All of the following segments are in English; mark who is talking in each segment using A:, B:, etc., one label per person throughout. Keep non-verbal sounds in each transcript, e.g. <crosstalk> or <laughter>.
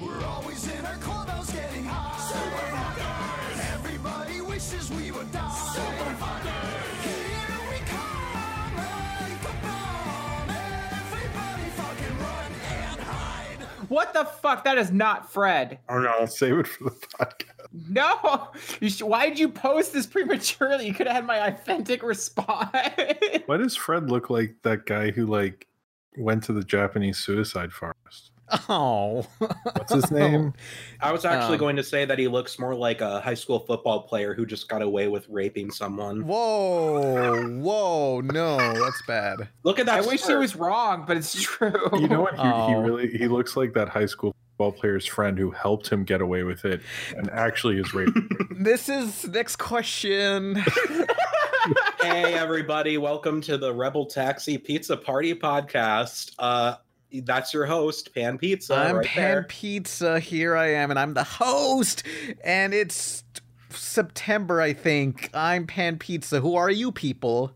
A: boys in our clubhouse getting high. Super fuckers! Everybody wishes we would die. Super fuckers! Here we come, like a bomb. Everybody fucking run and hide.
B: What the fuck? That is not Fred.
C: Oh no, I'll save it for the <laughs> podcast.
B: No. You sh- why did you post this prematurely? You could have had my authentic response. <laughs>
C: Why does Fred look like that guy who like went to the Japanese suicide forest?
D: Oh,
C: What's his
D: <laughs>
C: name?
E: I was actually
D: Um,
E: going to say that he looks more like a high school football player who just got away with raping someone.
D: whoa, whoa, no, that's bad.
E: Look at that.
B: I wish he
E: shirt.
B: was wrong, but it's true. <laughs>
C: you know what? He, he
D: Oh.
C: really he looks like that high school football player's friend who helped him get away with it and actually is raped.
D: This is next question.
E: Hey everybody, welcome to the Rebel Taxi Pizza Party podcast. Uh that's your host, Pan Pizza.
D: I'm
E: right
D: Pan
E: there.
D: Pizza. Here I am, and I'm the host. And it's September, I think. I'm Pan Pizza. Who are you people?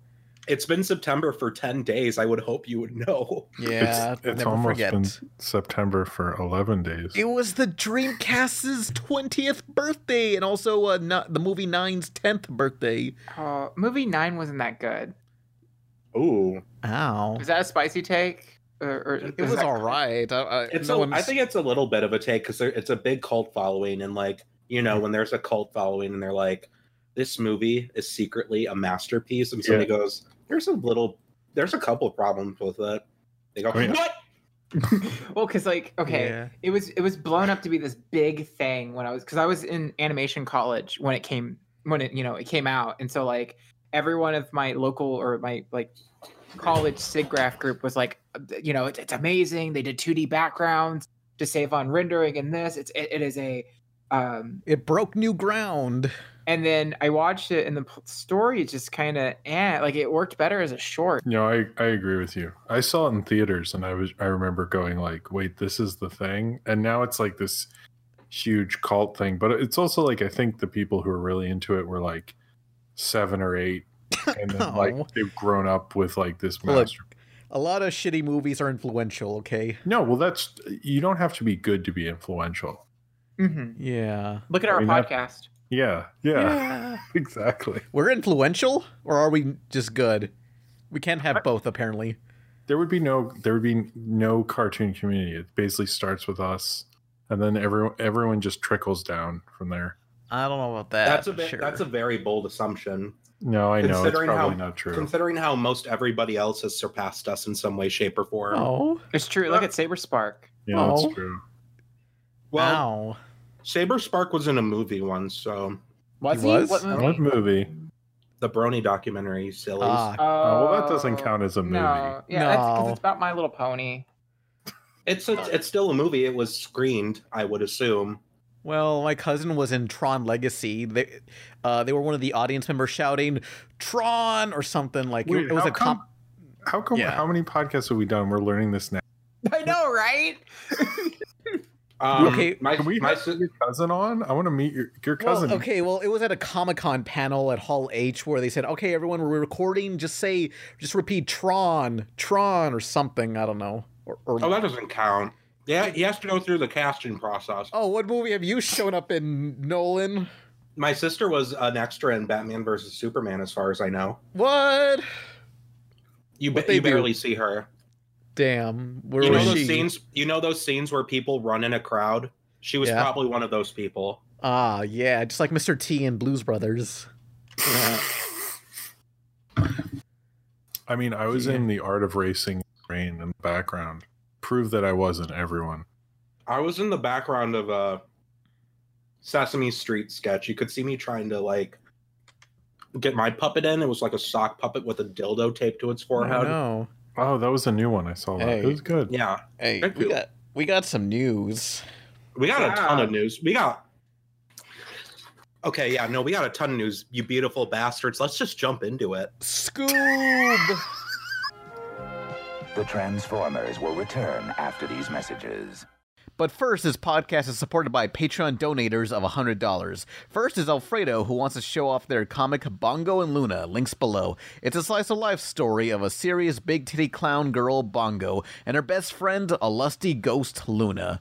E: It's been September for 10 days. I would hope you would know.
D: Yeah,
C: it's, it's
D: never
C: almost
D: forget.
C: been September for eleven days.
D: It was the Dreamcast's 20th birthday, and also uh, no- the movie Nine's 10th birthday.
B: Uh, movie nine wasn't that good.
C: Oh,
D: Ow.
B: Was that a spicy take? Or, or
D: It was
B: that-
D: all right. I, <laughs> I,
E: It's
D: no
E: a,
D: one's-
E: I think it's a little bit of a take because it's a big cult following. And, like, you know, when there's a cult following and they're like, this movie is secretly a masterpiece. And somebody goes, there's a little, there's a couple of problems with it. They go,
C: Oh, yeah.
E: what?
B: <laughs> Well, because like okay,
D: Yeah.
B: it was it was blown up to be this big thing when I was because I was in animation college when it came when it you know it came out, and so like every one of my local or my like college SIGGRAPH group was like, you know, it's, it's amazing. They did 2D backgrounds to save on rendering and this. It's it, it is a um
D: It broke new ground.
B: and then I watched it, and the p- story just kind of eh, like it worked better as a short.
C: No, I, I agree with you. I saw it in theaters and I was I remember going like, wait, this is the thing. And now it's like this huge cult thing. But it's also like I think the people who are really into it were like seven or eight. And then
D: Oh.
C: like they've grown up with like this
D: Look.
C: master.
D: A lot of shitty movies are influential, okay?
C: No, well that's you don't have to be good to be influential. Mm-hmm.
B: hmm
D: Yeah.
B: Look at
C: I
B: our
C: mean, that-
B: podcast.
C: Yeah. Yeah. <laughs> Exactly.
D: We're influential, or are we just good? We can't have both, apparently.
C: There would be no there would be no cartoon community. It basically starts with us and then everyone everyone just trickles down from there.
D: I don't know about that.
E: That's a
D: but
E: bit,
D: sure.
E: that's a very bold assumption.
C: No, I know. It's
E: Considering
C: probably
E: how-
C: not true.
E: Considering how most everybody else has surpassed us in some way, shape, or form.
D: Oh.
B: It's true. Look at Saber Spark.
C: Yeah,
D: Oh.
C: that's true.
E: Well,
D: Ow.
E: Saber Spark was in a movie once, so
B: Was
D: He
B: he?
D: was?
B: What movie?
C: What movie?
E: the Brony documentary, silly.
D: Ah,
C: Oh, well, that doesn't count as a
B: Oh,
C: movie.
B: No, yeah, that's because
D: No.
B: it's about My Little Pony.
E: it's a, it's still a movie. It was screened, I would assume.
D: well, my cousin was in Tron Legacy. They, uh, they were one of the audience members shouting "Tron" or something like it-
C: Wait,
D: it was
C: how
D: a comp.
C: How come?
D: Yeah.
C: How many podcasts have we done? We're learning this now.
B: <laughs> I know, right?
E: Um,
D: Okay,
E: my,
C: Can we
E: my,
C: have your cousin on? I want to meet your your cousin.
D: Well, okay, well, it was at a Comic Con panel at Hall H where they said, "Okay, everyone, we're recording. Just say, just repeat Tron, Tron, or something. I don't know." Or, or
E: oh, that doesn't count. Yeah, he has to go through the casting process.
D: oh, what movie have you shown up in, Nolan?
E: My sister was an extra in Batman versus Superman, as far as I know.
D: What?
E: You,
D: What
E: ba-
D: they
E: you
D: do?
E: barely see her.
D: Damn, where
E: You know
D: was
E: those
D: she?
E: scenes. You know those scenes where people run in a crowd. She was
D: Yeah.
E: probably one of
D: <laughs>
E: those people.
D: Ah, yeah, just like Mr. T and Blues Brothers.
C: I mean, I was in the art of racing rain in the background. Prove that I wasn't everyone.
E: I was in the background of a Sesame Street sketch. You could see me trying to like get my puppet in. It was like a sock puppet with a dildo taped to its forehead.
D: no.
C: Oh, that was a new one. I saw that.
D: Hey.
C: It was good.
E: Yeah,
D: Hey,
E: Thank
D: we
E: you.
D: got we got some news.
E: we got
B: Wow.
E: a ton of news. We got. Okay, yeah, no, we got a ton of news. You beautiful bastards. Let's just jump into it.
D: Scoob.
F: The Transformers will return after these messages.
D: But first, this podcast is supported by Patreon donators of $100. First is Alfredo, who wants to show off their comic Bongo and Luna, links below. It's a slice of life story of a serious big titty clown girl, Bongo, and her best friend, a lusty ghost, Luna.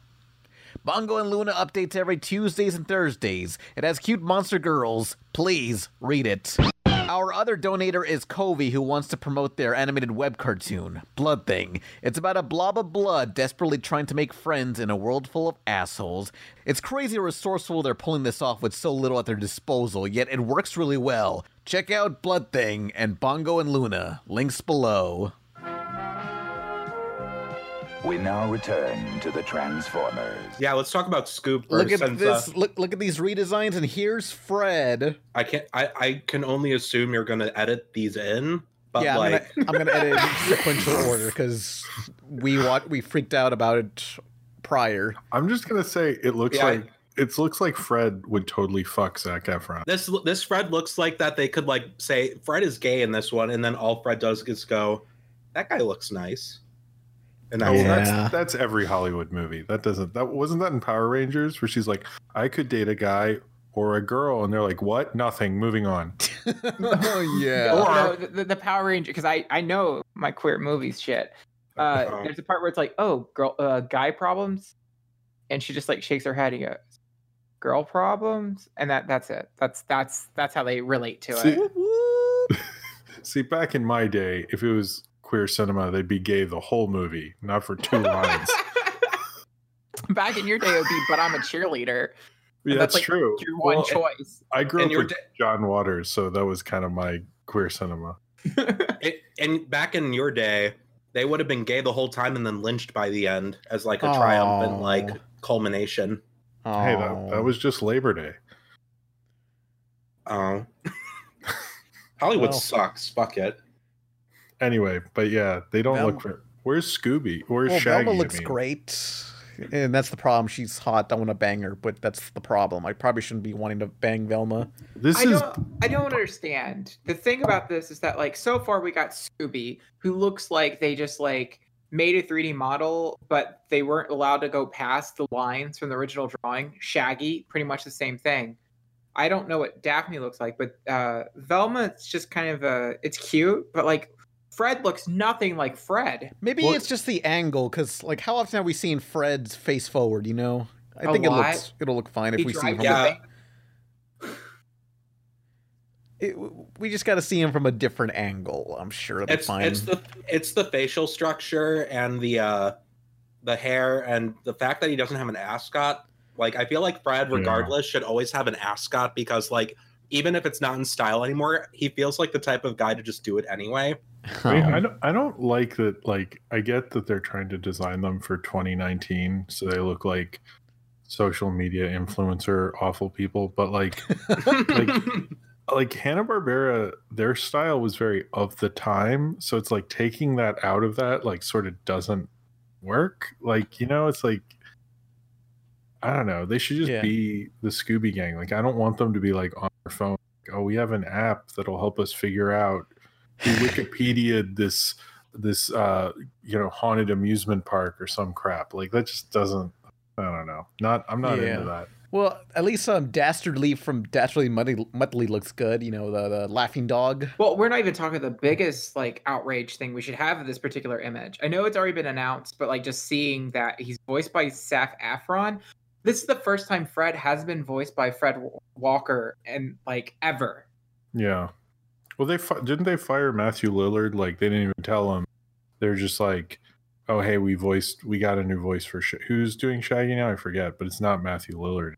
D: Bongo and Luna updates every Tuesdays and Thursdays. It has cute monster girls. Please read it. Our other donator is Covey, who wants to promote their animated web cartoon, Blood Thing. It's about a blob of blood desperately trying to make friends in a world full of assholes. It's crazy resourceful they're pulling this off with so little at their disposal, yet it works really well. Check out Blood Thing and Bongo and Luna. Links below.
G: We now return to the Transformers.
E: Yeah, let's talk about Scoob first.
D: Look at
E: since,
D: this!
E: uh,
D: Look look at these redesigns, and here's Fred.
E: I can I, I can only assume you're gonna edit these in, but
D: yeah,
E: like
D: I'm, gonna, I'm gonna edit in sequential order because we wa- we freaked out about it prior.
C: I'm just gonna say it looks
E: Yeah, I-
C: like it looks like Fred would totally fuck Zach Efron.
E: this this Fred looks like that they could like say Fred is gay in this one, and then all Fred does is go, that guy looks nice, and
C: Oh,
E: that's
C: well,
E: it.
D: Yeah.
C: that's that's every Hollywood movie. That doesn't that wasn't that in Power Rangers where she's like, I could date a guy or a girl, and they're like, what? Nothing. Moving on.
D: oh yeah.
C: Or-
B: No, the, the, the Power Ranger, because I, I know my queer movies shit. Uh,
C: Uh-huh.
E: Oh.
B: There's a part where it's like, oh, girl, uh, guy problems, and she just like shakes her head and goes, "Girl problems," and that that's it. That's that's that's how they relate to
C: See-
B: it.
C: <laughs> See, back in my day, if it was queer cinema, they'd be gay the whole movie, not for two lines.
B: <laughs> Back in your day, it would be, but I'm a cheerleader.
C: Yeah,
B: That's
C: that's,
B: like
C: true.
B: Your one
C: Well,
B: choice. <laughs>
C: I grew
E: and
C: up
E: your
C: with
E: da-
C: John Waters, so that was kind of my queer cinema.
E: It, and back in your day, they would have been gay the whole time and then lynched by the end as like a
D: Aw.
E: triumphant like culmination.
C: Hey, that, that was just Labor Day.
E: Oh, <laughs> Hollywood
D: Well.
E: sucks. Fuck it.
C: Anyway, but yeah, they don't
D: Velma-
C: look for. Where's Scooby? Where's
D: well,
C: Shaggy?
D: Velma
C: I
D: looks
C: mean?
D: great, and that's the problem. She's hot. I want to bang her, but that's the problem. I probably shouldn't be wanting to bang Velma.
C: This
B: I
C: is
B: don't, I don't understand. The thing about this is that like so far we got Scooby, who looks like they just like made a 3D model, but they weren't allowed to go past the lines from the original drawing. Shaggy, pretty much the same thing. I don't know what Daphne looks like, but uh Velma it's just kind of a it's cute, but like Fred looks nothing like Fred.
D: Maybe
C: Well-
D: it's just the angle, because like, how often have we seen Fred's face forward? You know, I
B: A
D: think it
B: lot.
D: looks it'll look fine if
B: He
D: we see
B: drives
D: him. From
B: the
E: Yeah.
D: a,
B: van.
D: it, we just got to see him from a different angle. I'm sure it'll be
E: It's
D: fine.
E: it's the it's the facial structure and the uh the hair and the fact that he doesn't have an ascot. Like I feel like Fred,
C: Yeah.
E: regardless, should always have an ascot because like even if it's not in style anymore, he feels like the type of guy to just do it
D: <laughs>
E: anyway.
C: I, mean, I don't. I don't like that. Like, I get that they're trying to design them for 2019, so they look like social media influencer awful people. But like,
E: <laughs>
C: like Hanna Barbera, their style was very of the time. So it's like taking that out of that, like, sort of doesn't work. Like, you know, it's like. I don't know. They should just
D: Yeah.
C: be the Scooby Gang. Like, I don't want them to be like on their phone. Like, oh, we have an app that'll help us figure out who Wikipedia'd this this uh you know haunted amusement park or some crap like that just doesn't i don't know not i'm not
D: Yeah.
C: into that
D: Well, at least um, Dastardly from Dastardly Muttley, Muttley looks good. You know, the, the laughing dog.
B: Well, we're not even talking the biggest like outrage thing we should have of this particular image. I know it's already been announced, but like just seeing that he's voiced by Saf Afron, this is the first time Fred has been voiced by Fred Wa- Walker and like ever.
C: yeah well they fi- didn't they fire matthew lillard like they didn't even tell him they're just like oh hey we voiced we got a new voice for Sh- who's doing shaggy now i forget but it's not matthew lillard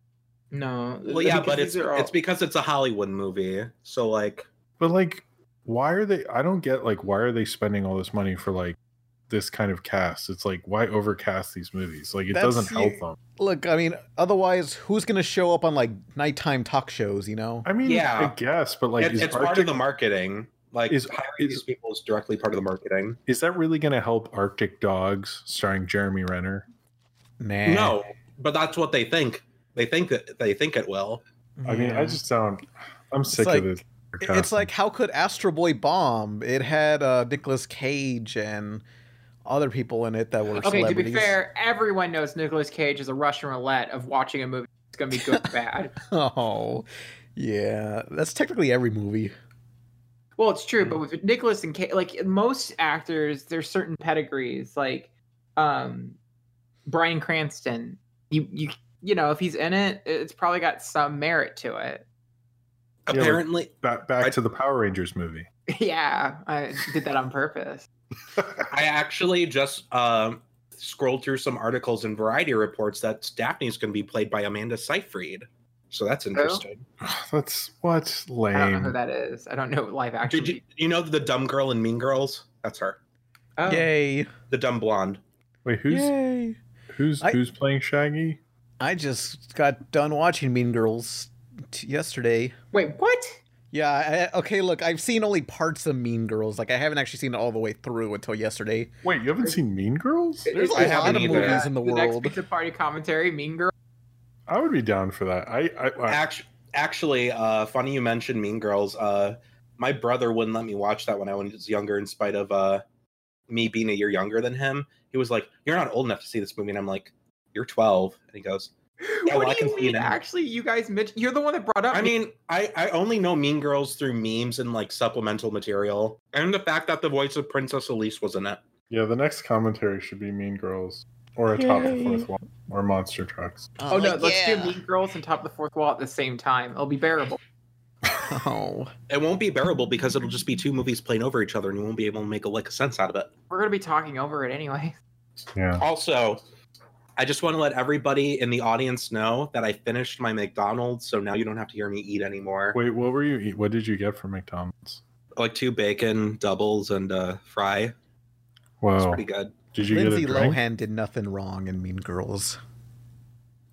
B: No.
E: well, yeah, but
B: because
E: it's
B: these are all-
E: it's because it's a Hollywood movie, so like
C: but like why are they i don't get like why are they spending all this money for like this kind of cast it's like why overcast these movies like it
D: That's-
C: doesn't help them
D: Look, I mean, otherwise, who's going to show up on like nighttime talk shows? You know,
C: I mean,
E: Yeah.
C: I guess, but like,
E: it-
C: is,
E: it's part
C: Arctic,
E: of the marketing. Like
C: is- is-
E: hiring these people is directly part of the marketing.
C: is that really going to help Arctic Dogs, starring Jeremy Renner?
D: nah.
E: No, but that's what they think. They think that they think it will.
C: I mean, I
D: Yeah.
C: just sound, I'm sick
D: like-
C: of this.
D: It- It's like how could Astro Boy bomb? It had uh, Nicolas Cage and other people in it that were
B: okay. To be
D: celebrities.
B: fair, everyone knows Nicolas Cage is a Russian roulette of watching a movie. It's gonna be good or bad.
D: <laughs> oh, yeah, that's technically every movie.
B: Well, it's true,
E: Mm.
B: but with Nicholas and Kate, like most actors, there's certain pedigrees. Like um Brian Cranston you you you know if he's in it, it's probably got some merit to it. <laughs>
C: but-
E: Apparently,
C: Back back
E: I-
C: to the Power Rangers movie. <laughs>
B: yeah, I did that on purpose.
E: I actually just um, scrolled through some articles in Variety reports that Daphne's going to be played by Amanda Seyfried. So that's interesting.
C: That's what
B: I don't know who
C: lame.
B: that is. I don't know what live action.
E: Did you you know the dumb girl in Mean Girls? That's her.
B: Oh,
H: Yay.
E: The dumb blonde.
C: Wait, who's
H: Yay.
C: who's
H: I-
C: who's playing Shaggy?
H: I just got done watching Mean Girls t- yesterday.
B: Wait, what?
H: Yeah, I, okay, look, I've seen only parts of Mean Girls. Like, I haven't actually seen it all the way through until yesterday.
C: Wait, you haven't seen Mean Girls?
H: There's
E: a
B: I
E: lot
B: haven't
E: of
B: either.
E: movies
H: in the
B: Next
H: world.
B: pizza party commentary, Mean
E: <laughs>
B: Girl.
C: I would be down for that. I, I, I
E: Actually, actually uh, funny you mentioned Mean Girls. Uh, my brother wouldn't let me watch that when I was younger, in spite of uh, me being a year younger than him. He was like, "You're not old enough to see this movie," and I'm like, "You're 12." And he goes, Yeah, well, Oh, I
B: what do
E: can
B: you
E: see
B: mean?
E: that.
B: Actually, you guys, Mitch, you're the one that brought up.
E: I mean, I, I only know Mean Girls through memes and like supplemental material, and the fact that the voice of Princess Elise was in it.
C: yeah, the next commentary should be Mean Girls or Atop the Fourth Wall or Monster Trucks.
B: oh no, let's do Mean Girls and Top the Fourth Wall at the same time. It'll be bearable.
H: <laughs> Oh.
E: It won't be bearable because it'll just be two movies playing over each other, and you won't be able to make a lick of sense out of it.
B: We're gonna be talking over it anyway.
C: Yeah.
E: Also, I just want to let everybody in the audience know that I finished my McDonald's, so now you don't have to hear me eat anymore.
C: Wait, what were you? eat- What did you get from McDonald's?
E: Like two bacon doubles and uh, fry. It's
C: Wow.
E: pretty good.
C: Did you
H: Lindsay
C: get a drink?
H: Lohan did nothing wrong in Mean Girls.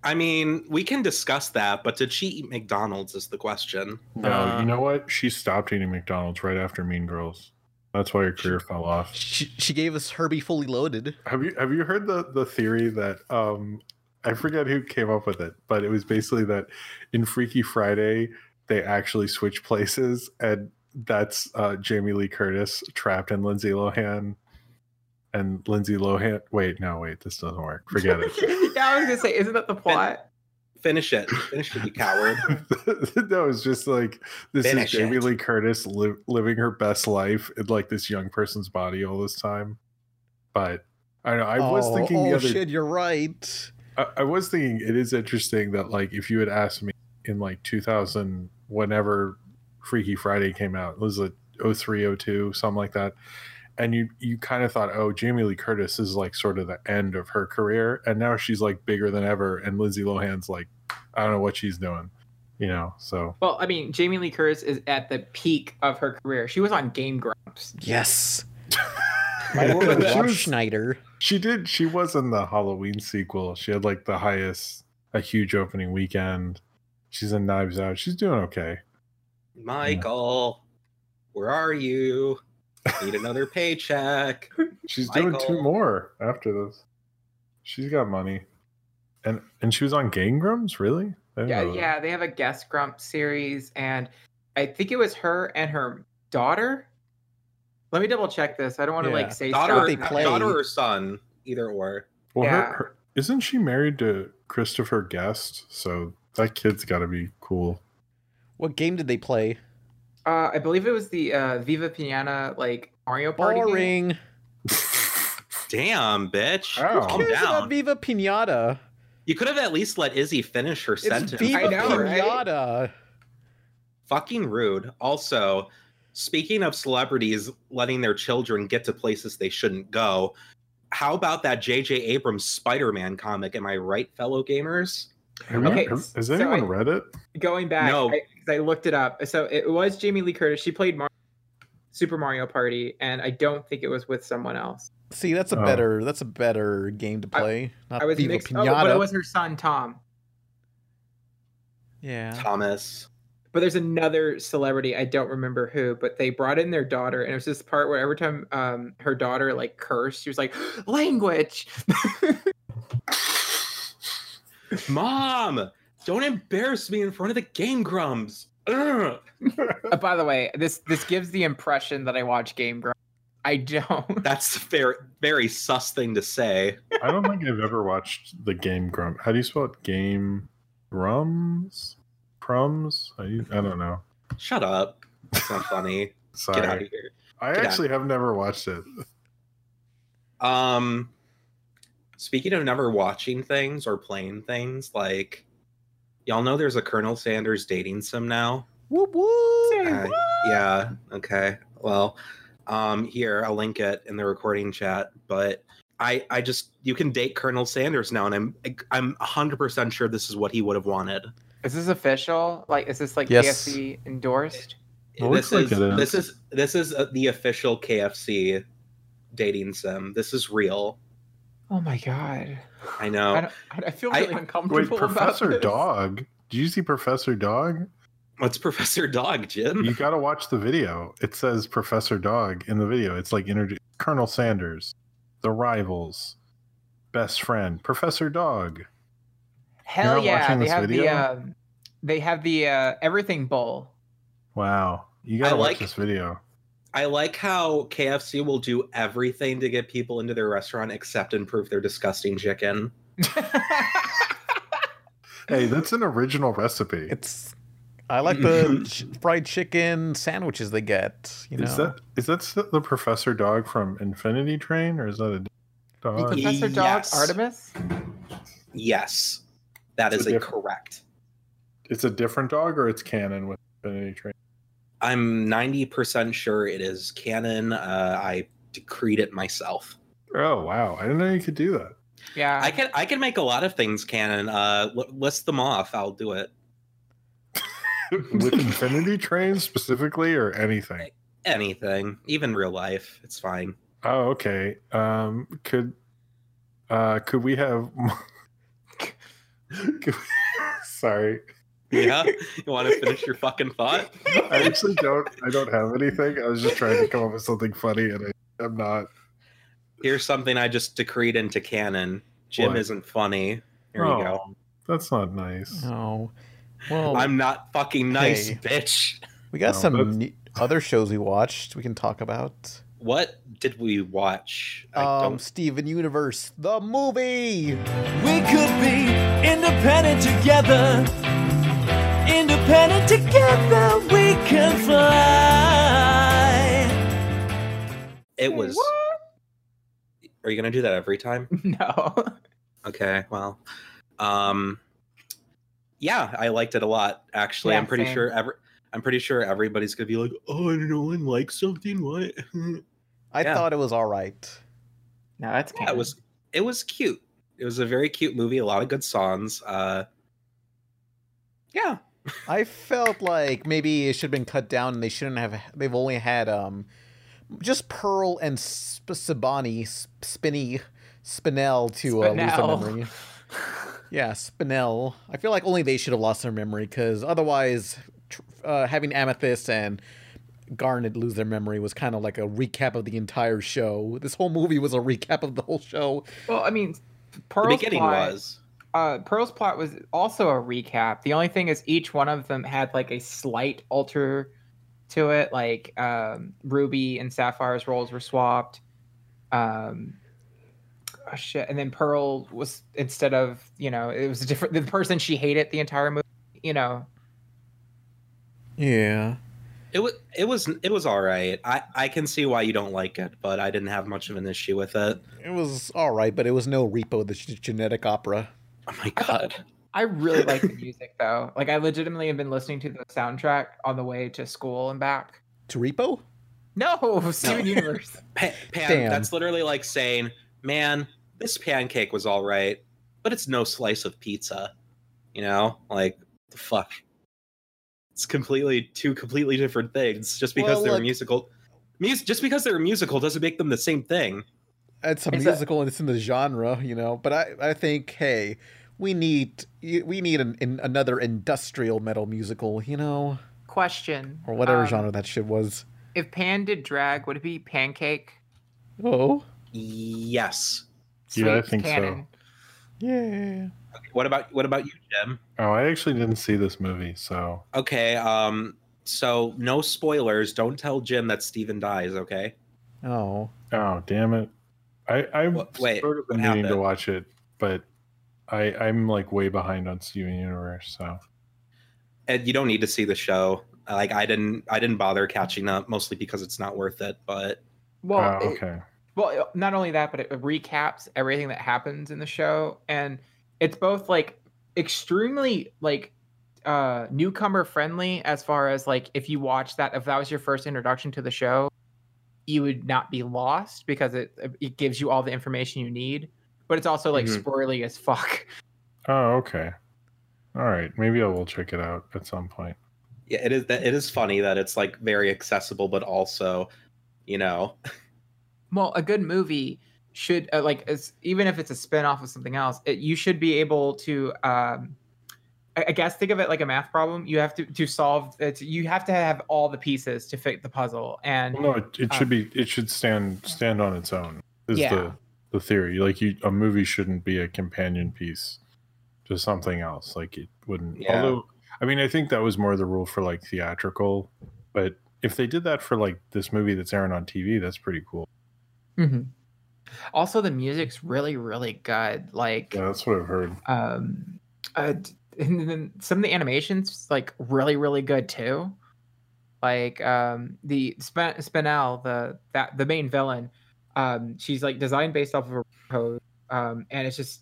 E: I mean, we can discuss that, but did she eat McDonald's? Is the question.
C: No, you know what? She stopped eating McDonald's right after Mean Girls. That's why her career fell off.
H: She, she gave us Herbie Fully Loaded.
C: Have you have you heard the the theory that um I forget who came up with it, but it was basically that in Freaky Friday they actually switch places and that's uh Jamie Lee Curtis trapped in Lindsay Lohan and Lindsay Lohan wait, no, wait, this doesn't work.
B: <laughs>
C: Forget it.
B: yeah, I was gonna say, isn't that the plot?
E: Finish it. Finish it, you coward.
C: <laughs> no, it's just like this
E: Finish
C: is Jamie
E: it.
C: Lee Curtis li- living her best life in like this young person's body all this time. But I don't know. I was
H: oh,
C: thinking
H: oh
C: the other
H: shit, you're right.
C: I, I was thinking it is interesting that like if you had asked me in like 2000 whenever Freaky Friday came out, it was oh it 03, 02, something like that, and you you kind of thought, oh, Jamie Lee Curtis is like sort of the end of her career, and now she's like bigger than ever, and Lindsay Lohan's like, I don't know what she's doing, you know. So
B: Well, I mean, Jamie Lee Curtis is at the peak of her career. She was on Game Grumps.
H: Yes. <laughs> My word,
C: She
H: Rob <laughs>
C: was-
H: Schneider.
C: she did. She was in the Halloween sequel. She had like the highest, a huge opening weekend. She's in Knives Out. She's doing okay.
E: Michael, where are you? Need another paycheck.
C: She's doing two
E: Michael.
C: more after this. She's got money, and and she was on Game Grumps, really?
H: Oh.
C: I didn't
B: Yeah,
C: know that.
B: yeah, they have a guest grump series, and I think it was her and her daughter. Let me double check this. I don't want to
H: Yeah.
B: like say
E: Daughter,
H: what
E: or-
H: they
B: something.
H: play.
E: daughter or son, either or.
C: Well,
B: Yeah.
C: Her, her, isn't she married to Christopher Guest? So that kid's got to be
B: <laughs>
C: cool.
H: What game did they play?
B: Uh, I believe it was the uh, Viva Piana like Mario Party. game.
H: Boring.
E: Damn, bitch.
C: Ow.
E: Calm
C: Who
H: Here's
E: down.
H: about Viva Pinata.
E: You could have at least let Izzy finish her
H: It's
E: sentence.
H: Viva
B: I know,
E: before-
B: right?
H: Pinata.
E: Fucking rude. Also, speaking of celebrities letting their children get to places they shouldn't go, how about that J.J. Abrams Spider-Man comic? Am I right, fellow gamers?
C: Have you-
B: Okay,
C: have- has
B: so
C: anyone
B: I-
C: read it?
B: Going back,
E: No.
B: I, 'cause I looked it up. So it was Jamie Lee Curtis. She played Mar- Super Mario Party, and I don't think it was with someone else.
H: See, that's a
C: Oh.
H: better that's a better game to
B: I-
H: play. Not
B: I was
H: Uh, Viva
B: mixed. Oh,
H: Pinata.
B: but it was her son Tom.
H: yeah.
E: Thomas.
B: But there's another celebrity I don't remember who, but they brought in their daughter, and it was this part where every time um, her daughter like cursed, she was like, <gasps> "Language." <laughs>
E: Mom, don't embarrass me in front of the Game Grumps. Ugh.
B: Uh, by the way, this this gives the impression that I watch Game Grumps. I
C: <laughs>
B: don't.
E: That's a fair, very sus thing to say.
C: I don't think I've ever watched the Game Grump. How do you spell it? Game Grums? Crumbs? I, I don't know.
E: Shut up. It's not funny. Get out of
C: Sorry.
E: here.
C: I
E: Get
B: <laughs>
E: out.
C: actually have never watched it.
E: Um, Speaking of never watching things or playing things, like y'all know there's a Colonel Sanders dating sim now.
D: Whoop
B: <laughs>
D: whoop.
E: Uh, yeah. Okay. Well, um, here I'll link it in the recording chat. But I, I just you can date Colonel Sanders now, and I'm, I'm 100 percent sure this is what he would have wanted.
B: Is this official? Like, is this like
D: Yes.
B: KFC endorsed?
C: Well,
E: this
C: let's
E: is
C: look at it.
E: this is this is uh, the official KFC dating sim. This is real.
B: Oh my god.
E: I know.
B: I, don't, I- I feel
E: I-
B: really
C: Wait,
B: uncomfortable. about
C: Professor
B: <laughs> this.
C: Dog. Do you see Professor Dog?
E: What's <laughs> Professor Dog, Jim?
C: You got to watch the video. It says Professor Dog in the video. It's like introduced Colonel Sanders, the rivals, best friend, Professor Dog.
B: Hell
C: not
B: yeah!
C: watching
B: They
C: this
B: have the
C: video?
B: um they have the uh, everything bowl. <laughs>
C: Wow. You got
E: I
C: to watch
E: like-
C: this video.
E: I like how KFC will do everything to get people into their restaurant except improve their disgusting chicken.
C: Hey, that's an original recipe.
D: It's. I like the ch- fried chicken sandwiches they get. You know.
C: Is that is that s- the Professor Dog from Infinity Train or is that a d-
B: The
C: dog?
B: Professor Dog
E: Yes.
B: Artemis.
E: Yes, that
C: It's
E: is
C: a
E: a
C: diff-
E: correct.
C: It's a different dog or it's canon with Infinity Train.
E: I'm 90% sure it is canon. Uh, I decreed it myself.
C: Oh wow, I didn't know you could do that.
B: Yeah.
E: I can I can make a lot of things canon. Uh, l- list them off. I'll
C: <laughs>
E: do it.
C: with Infinity Train specifically or anything.
E: Anything, even real life, it's fine.
C: Oh okay. Um could uh could we have <laughs> could we- <laughs> Sorry.
E: Yeah, you want to finish your fucking thought?
C: I actually don't I don't have anything. I was just trying to come up with something funny and I, I'm not.
E: Here's something I just decreed into canon. Jim
C: What?
E: is isn't funny. Here
C: Oh.
E: you go.
C: That's not nice.
D: No.
B: Oh.
D: Well,
E: I'm not fucking nice,
D: Hey.
E: bitch.
D: we got
C: No,
D: some
C: that's-
D: ne- other shows we watched. We can talk about.
E: What did we watch? I
D: Um,
E: don't.
D: Steven Universe, the movie.
A: We could be independent together. Independent together, we can fly.
E: It was. Are you gonna do that every time?
B: <laughs> <laughs> no.
E: Okay. Well, um, yeah, I liked it a lot. Actually,
B: Yeah,
E: I'm pretty
B: same.
E: sure every. I'm pretty sure everybody's gonna be like, "Oh, Nolan likes something." What? <laughs>
D: I
E: Yeah.
D: thought it was all right.
B: No, that's
E: yeah,
B: canon.
E: it was. It was cute. It was a very cute movie. A lot of good songs. Uh, yeah,
D: I felt like maybe it should have been cut down and they shouldn't have they've only had um just Pearl and Sp- Sabani Sp- Spinny Spinel to uh, lose their
B: Spinel.
D: memory. Yeah, Spinel. I feel like only they should have lost their memory because otherwise, tr- uh, having Amethyst and Garnet lose their memory was kind of like a recap of the entire show. This whole movie was a recap of the whole show.
B: Well, I mean,
E: the
B: Pearl's
E: beginning
B: plot,
E: was.
B: uh, Pearl's plot was also a recap. The only thing is, each one of them had like a slight alter to it. Like um, Ruby and Sapphire's roles were swapped. Um, oh shit! And then Pearl was instead of you know it was a different the person she hated the entire movie. You know,
D: Yeah.
E: It was it was it was all right. I I can see why you don't like it, but I didn't have much of an issue with it.
D: It was all right, but it was no Repo the G- Genetic Opera.
E: Oh my god.
B: I really like
E: <laughs>
B: the music though. Like I legitimately have been listening to the soundtrack on the way to school and back.
D: To Repo?
B: No, <laughs> Steven Universe.
E: Pa- Pam,
D: Damn.
E: that's literally like saying, "Man, this pancake was all right, but it's no slice of pizza." You know, like the fuck. It's completely two completely different things. Just because
D: Well,
E: they're
D: look-
E: musical, mus- just because they're musical doesn't make them the same thing.
D: it's a
B: It's a-
D: musical and it's in the genre, you know. But I, I think, hey, we need we need an, an, another industrial metal musical, you know,
B: Question.
D: or whatever
B: Um,
D: genre that shit was.
B: If Pan did drag, would it be pancake?
D: Oh,
E: Yes.
C: Yeah, I
B: Sweet,
C: think so.
D: yeah.
E: What about what about you, Jim?
C: Oh, I actually didn't see this movie, so
E: Okay. Um. So no spoilers. Don't tell Jim that Steven dies. Okay.
D: Oh,
C: Oh damn it! I I
E: Wha- wait,
C: sort of
E: what
C: been meaning to
E: happened?
C: watch it, but I I'm like way behind on Steven Universe. So
E: and you don't need to see the show like i didn't i didn't bother catching up mostly because it's not worth it but
B: Well,
C: Oh,
B: it-
C: okay,
B: well not only that but it recaps everything that happens in the show and it's both like extremely like uh newcomer friendly as far as like if you watch that if that was your first introduction to the show you would not be lost because it it gives you all the information you need but it's also like
C: Mm-hmm.
E: Mhm.
B: squirrely as fuck
C: Oh, okay. All right. Maybe I will check it out at some point.
E: Yeah, it is. That it is funny that it's like very accessible, but also, you know,
B: well a good movie should uh, like it's, even if it's a spin-off of something else it, you should be able to um I I guess think of it like a math problem. You have to to solve. It's, you have to have all the pieces to fit the puzzle, and
C: Well, no, it, it
B: Uh,
C: should be. It should stand stand on its own. Is
B: Yeah.
C: the the theory like you? A movie shouldn't be a companion piece to something else. Like it wouldn't.
E: Yeah.
C: Although, I mean, I think that was more the rule for like theatrical. But if they did that for like this movie that's airing on TV, that's pretty cool.
B: Mhm. Also, the music's really, really good. Like,
C: Yeah, that's what I've heard.
B: um, uh, d- and then some of the animations like really, really good too. Like, um, the Spin- Spinel, the that the main villain, um, she's like designed based off of a code, um, and it's just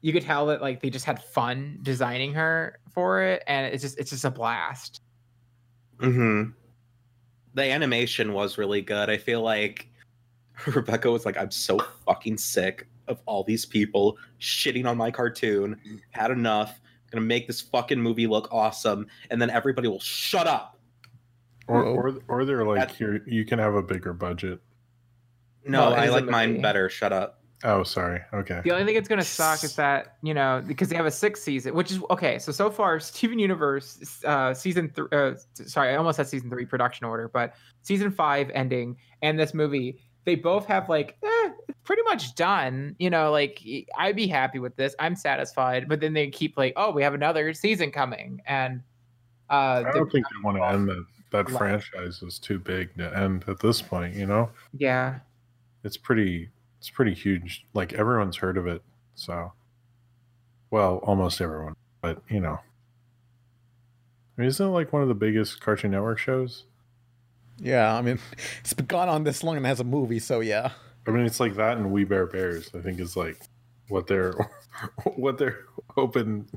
B: you could tell that like they just had fun designing her for it, and it's just it's just a blast.
E: hmm
B: Mm-hmm.
E: the animation was really good. I feel like <laughs> Rebecca was like, "I'm so fucking sick of all these people shitting on my cartoon. Had enough. gonna make this fucking movie look awesome, and then everybody will shut up."
C: Or
H: Well,
C: or or they're like
E: that-
C: here. You can have a bigger budget.
E: No,
B: Well, it
E: I
B: is a
E: like mine
B: movie.
E: better. Shut up.
C: Oh, sorry. Okay.
B: The only thing that's gonna suck is that you know because they have a sixth season, which is okay. So so far, Steven Universe uh, season three. Uh, sorry, I almost said season three production order, but season five ending and this movie, they both have like eh, it's pretty much done. You know, like I'd be happy with this. I'm satisfied. But then they keep like, oh, we have another season coming, and uh,
C: I
B: they're-
C: don't think they want to end that. That
B: Right.
C: franchise is too big to end at this point. You know,
B: yeah.
C: it's pretty. It's pretty huge. Like everyone's heard of it. So, well, almost everyone. But you know, I mean, isn't it like one of the biggest Cartoon Network shows?
H: Yeah, I mean, <laughs> it's been gone on this long and has a movie, so yeah. <laughs>
C: I mean, it's like that and We Bear Bears. I think is like what they're <laughs> what they're hoping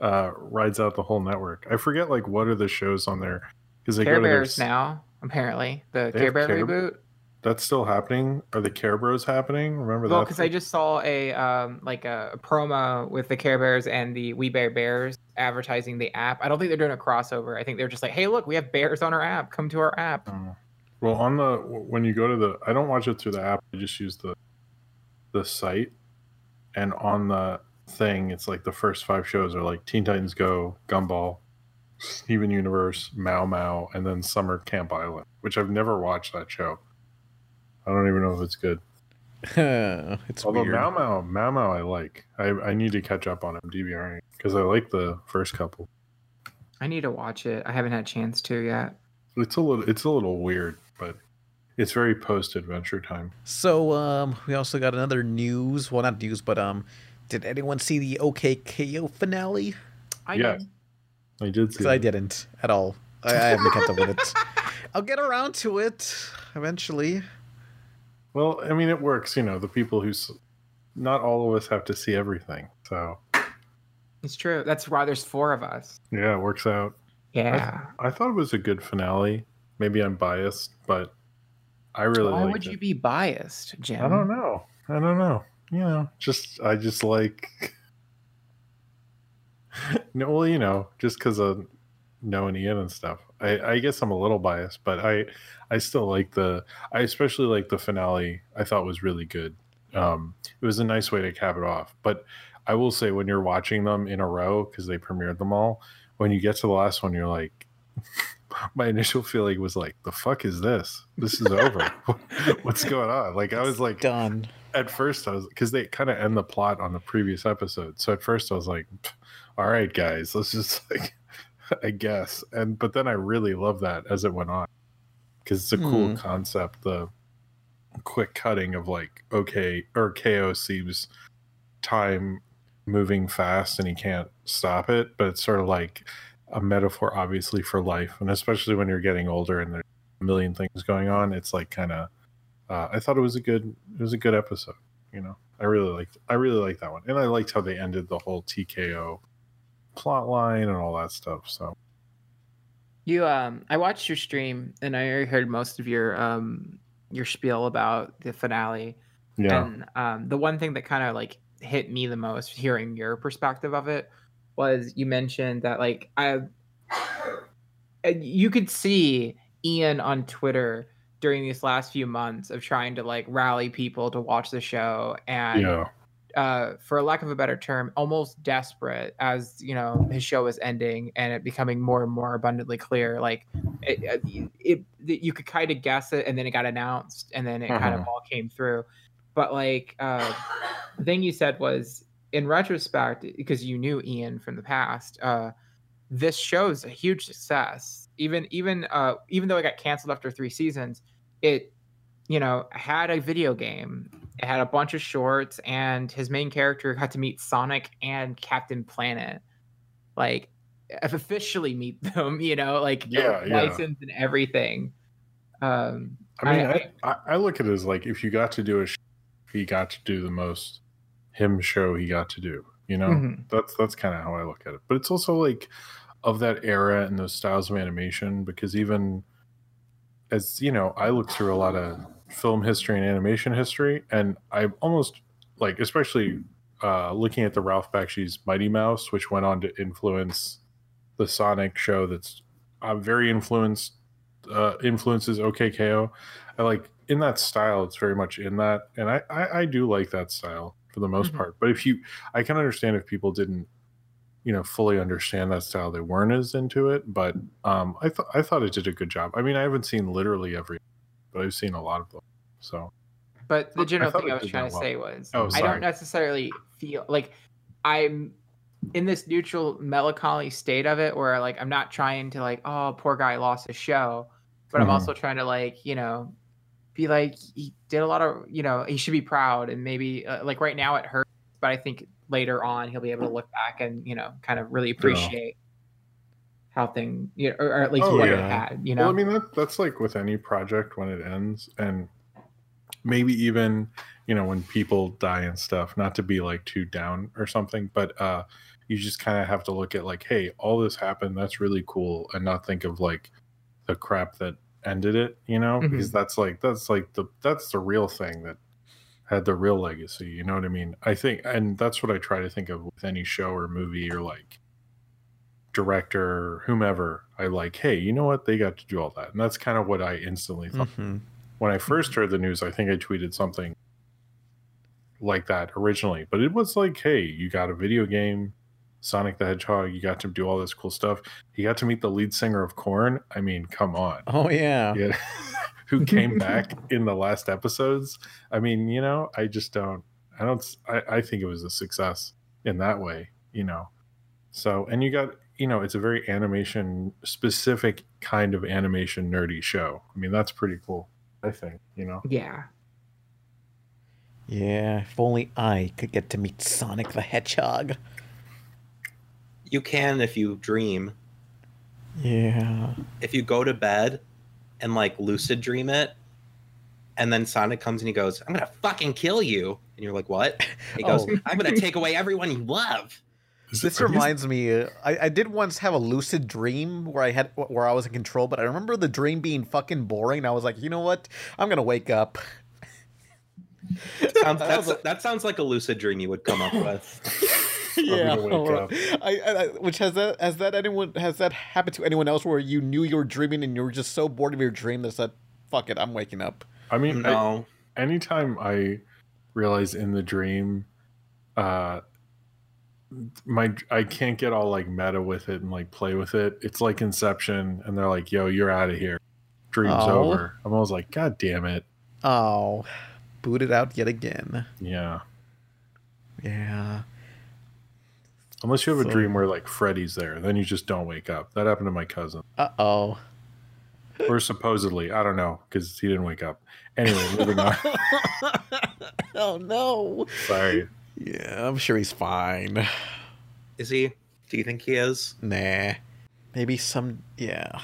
C: uh, rides out the whole network. I forget like what are the shows on there because they
B: Care
C: go to their
B: Bears
C: s-
B: now apparently the
C: They
B: Care
C: have
B: Bear
C: Care-
B: reboot.
C: That's still happening. Are the Care Bros happening? Remember
B: Well,
C: that?
B: because I just saw a um, like a promo with the Care Bears and the We Bear Bears advertising the app. I don't think they're doing a crossover. I think they're just like, hey, look, we have bears on our app. Come to our app.
C: Um, well, on the when you go to the, I don't watch it through the app. I just use the the site, and on the thing, it's like the first five shows are like Teen Titans Go, Gumball, Steven Universe, Mau Mau, and then Summer Camp Island, which I've never watched that show. I don't even know if it's good.
H: it's
C: Although
H: weird.
C: Mau Mau, Mau Mau, I like. I, I need to catch up on him DVRing because I like the first couple.
B: I need to watch it. I haven't had a chance to yet.
C: It's a little, it's a little weird, but it's very post Adventure Time.
H: So um, we also got another news. Well, not news, but um, did anyone see the OKKO finale?
B: I
C: Yeah.
B: did-
C: I did see.
H: Because I
C: that.
H: didn't at all. I, I haven't kept up with it. I'll get around to it eventually.
C: Well, I mean, it works. You know, the people who, s- not all of us have to see everything. So
B: it's true. That's why there's four of us.
C: yeah, it works out.
B: Yeah.
C: I thought it was a good finale. Maybe I'm biased, but I really
B: Why
C: liked
B: would
C: it.
B: you be biased, Jim?
C: I don't know. I don't know. You know, just I just like. <laughs> no, well, you know, just because of knowing Ian and stuff. I, I guess I'm a little biased, but I I still like the I especially like the finale. I thought was really good. Um, it was a nice way to cap it off. But I will say, when you're watching them in a row because they premiered them all, when you get to the last one, you're like. <laughs> My initial feeling was like, "The fuck is this? This is over. <laughs> What's going on?" Like I was like,
H: Done.
C: at first I was because they kind of end the plot on the previous episode. So at first I was like, "Pff, "All right, guys, let's just <laughs> like, I guess." And but then I really love that as it went on because it's a cool
H: Hmm.
C: concept. The quick cutting of like, okay, or KO seems time moving fast and he can't stop it, but it's sort of like a metaphor, obviously, for life, and especially when you're getting older and there's a million things going on, it's like kind of uh, I thought it was a good it was a good episode. You know, I really liked I really liked that one, and I liked how they ended the whole TKO plot line and all that stuff. So
B: You um I watched your stream and I already heard most of your um your spiel about the finale.
C: yeah,
B: And um the one thing that kind of like hit me the most hearing your perspective of it was you mentioned that like I and you could see Ian on Twitter during these last few months of trying to like rally people to watch the show and
C: yeah,
B: uh, for lack of a better term, almost desperate as you know his show is ending and it becoming more and more abundantly clear. Like it, it, it you could kind of guess it, and then it got announced, and then it kind of
C: Mhm.
B: all came through. But like uh, the thing you said was, in retrospect, because you knew Ian from the past, uh, this show's a huge success. Even even uh, even though it got canceled after three seasons, it you know had a video game it had a bunch of shorts, and his main character got to meet Sonic and Captain Planet. Like, officially meet <laughs> them, you know, like
C: Yeah, yeah.
B: license and everything. Um,
C: I mean,
B: I-
C: I, I, I look at it as like if you got to do a, sh- he got to do the most, him show he got to do. You know,
B: Mhm.
C: that's that's kind of how I look at it. But it's also like of that era and those styles of animation because even as you know, I look through a lot of film history and animation history, and I almost like, especially uh, looking at the Ralph Bakshi's Mighty Mouse, which went on to influence the Sonic show. That's uh, very influenced uh, influences OKKO. I like in that style. It's very much in that, and I I, I do like that style for the most
B: Mhm.
C: part. But if you, I can understand if people didn't, you know, fully understand that style. They weren't as into it. But um, I thought I thought it did a good job. I mean, I haven't seen literally every, but I've seen a lot of them. So
B: But the general
C: Oh, thought
B: thing
C: it
B: I was
C: did
B: trying
C: that
B: to
C: well.
B: say was
C: Oh,
B: I
C: sorry.
B: don't necessarily feel like I'm in this neutral melancholy state of it where like I'm not trying to like, oh, poor guy lost his show, but I'm
C: Mhm.
B: also trying to like, you know, be like he did a lot of, you know, he should be proud and maybe uh, like right now it hurts, but I think later on he'll be able to look back and, you know, kind of really appreciate how thing, you know, or, or at least
C: Oh,
B: what it
C: yeah.
B: had, you know.
C: Well, I mean that that's like with any project when it ends, and maybe even you know when people die and stuff. Not to be like too down or something, but uh, you just kind of have to look at like, hey, all this happened. That's really cool, and not think of like the crap that ended it. You know,
B: Mhm.
C: because that's like that's like the that's the real thing that had the real legacy. You know what I mean? I think, and that's what I try to think of with any show or movie or like director, whomever, I like, hey, you know what? They got to do all that. And that's kind of what I instantly thought.
D: Mm.
H: Mhm.
C: When I first heard the news, I think I tweeted something like that originally. But it was like, hey, you got a video game, Sonic the Hedgehog, you got to do all this cool stuff. You got to meet the lead singer of Korn. I mean, come on.
H: Oh yeah.
C: Yeah. <laughs> Who came back in the last episodes. I mean, you know, I just don't, I don't, s- I, I think it was a success in that way, you know. So, and you got, you know, it's a very animation specific kind of animation nerdy show. I mean, that's pretty cool, I think, you know.
B: yeah.
H: Yeah. If only I could get to meet Sonic the Hedgehog.
E: You can if you dream.
H: Yeah.
E: If you go to bed and like lucid dream it, and then Sonic comes and he goes, I'm gonna fucking kill you. And you're like, What? He goes,
H: Oh.
E: I'm gonna take away everyone you love.
H: This reminds me. uh, I, I did once have a lucid dream where I had where I was in control, but I remember the dream being fucking boring. I was like, you know what? I'm gonna wake <laughs> up.
E: Sounds, Um, that's, that sounds like a lucid dream you would come
D: <laughs>
E: up with.
C: Yeah, gonna wake
H: or-
C: up.
H: I, I, I- which has that has that anyone has that happened to anyone else where you knew you were dreaming and you were just so bored of your dream that said, "Fuck it, I'm waking up."
C: I mean, I-
E: No.
C: anytime I realize in the dream, uh, my I can't get all like meta with it and like play with it. It's like Inception, and they're like, "Yo, you're out of here. Dream's
H: Oh.
C: over." I'm always like, "God damn it!"
H: Oh, booted out yet again.
C: Yeah.
H: Yeah.
C: Unless you have
H: So-
C: a dream where like Freddy's there, then you just don't wake up. That happened to my cousin,
H: Uh oh.
C: or supposedly. I don't know because he didn't wake up. Anyway, moving on. <laughs>
H: Oh no.
C: Sorry.
H: Yeah, I'm sure he's fine.
E: Is he? Do you think he is?
H: Nah. Maybe some. Yeah.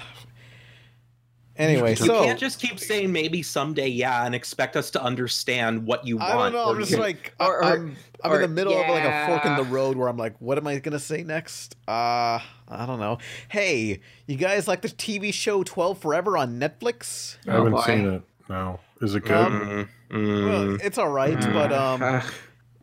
D: Anyway,
E: You
D: so
E: can't just keep saying maybe someday, yeah, and expect us to understand what you
D: I
E: want.
D: don't know.
E: or
D: I'm just
E: you-
D: like
B: Or-
D: I-
B: or-
D: I'm, I'm in
B: or-
D: the middle of like a fork in
B: yeah.
D: the road where I'm like, what am I gonna say next? Uh, I don't know. Hey, you guys like the TV show Twelve Forever on Netflix?
C: I haven't
B: Oh, boy.
C: seen it. No, is it good?
D: Um,
E: Mm, mm.
D: Well, it's all right, but um,
B: Mm. <sighs> Ugh.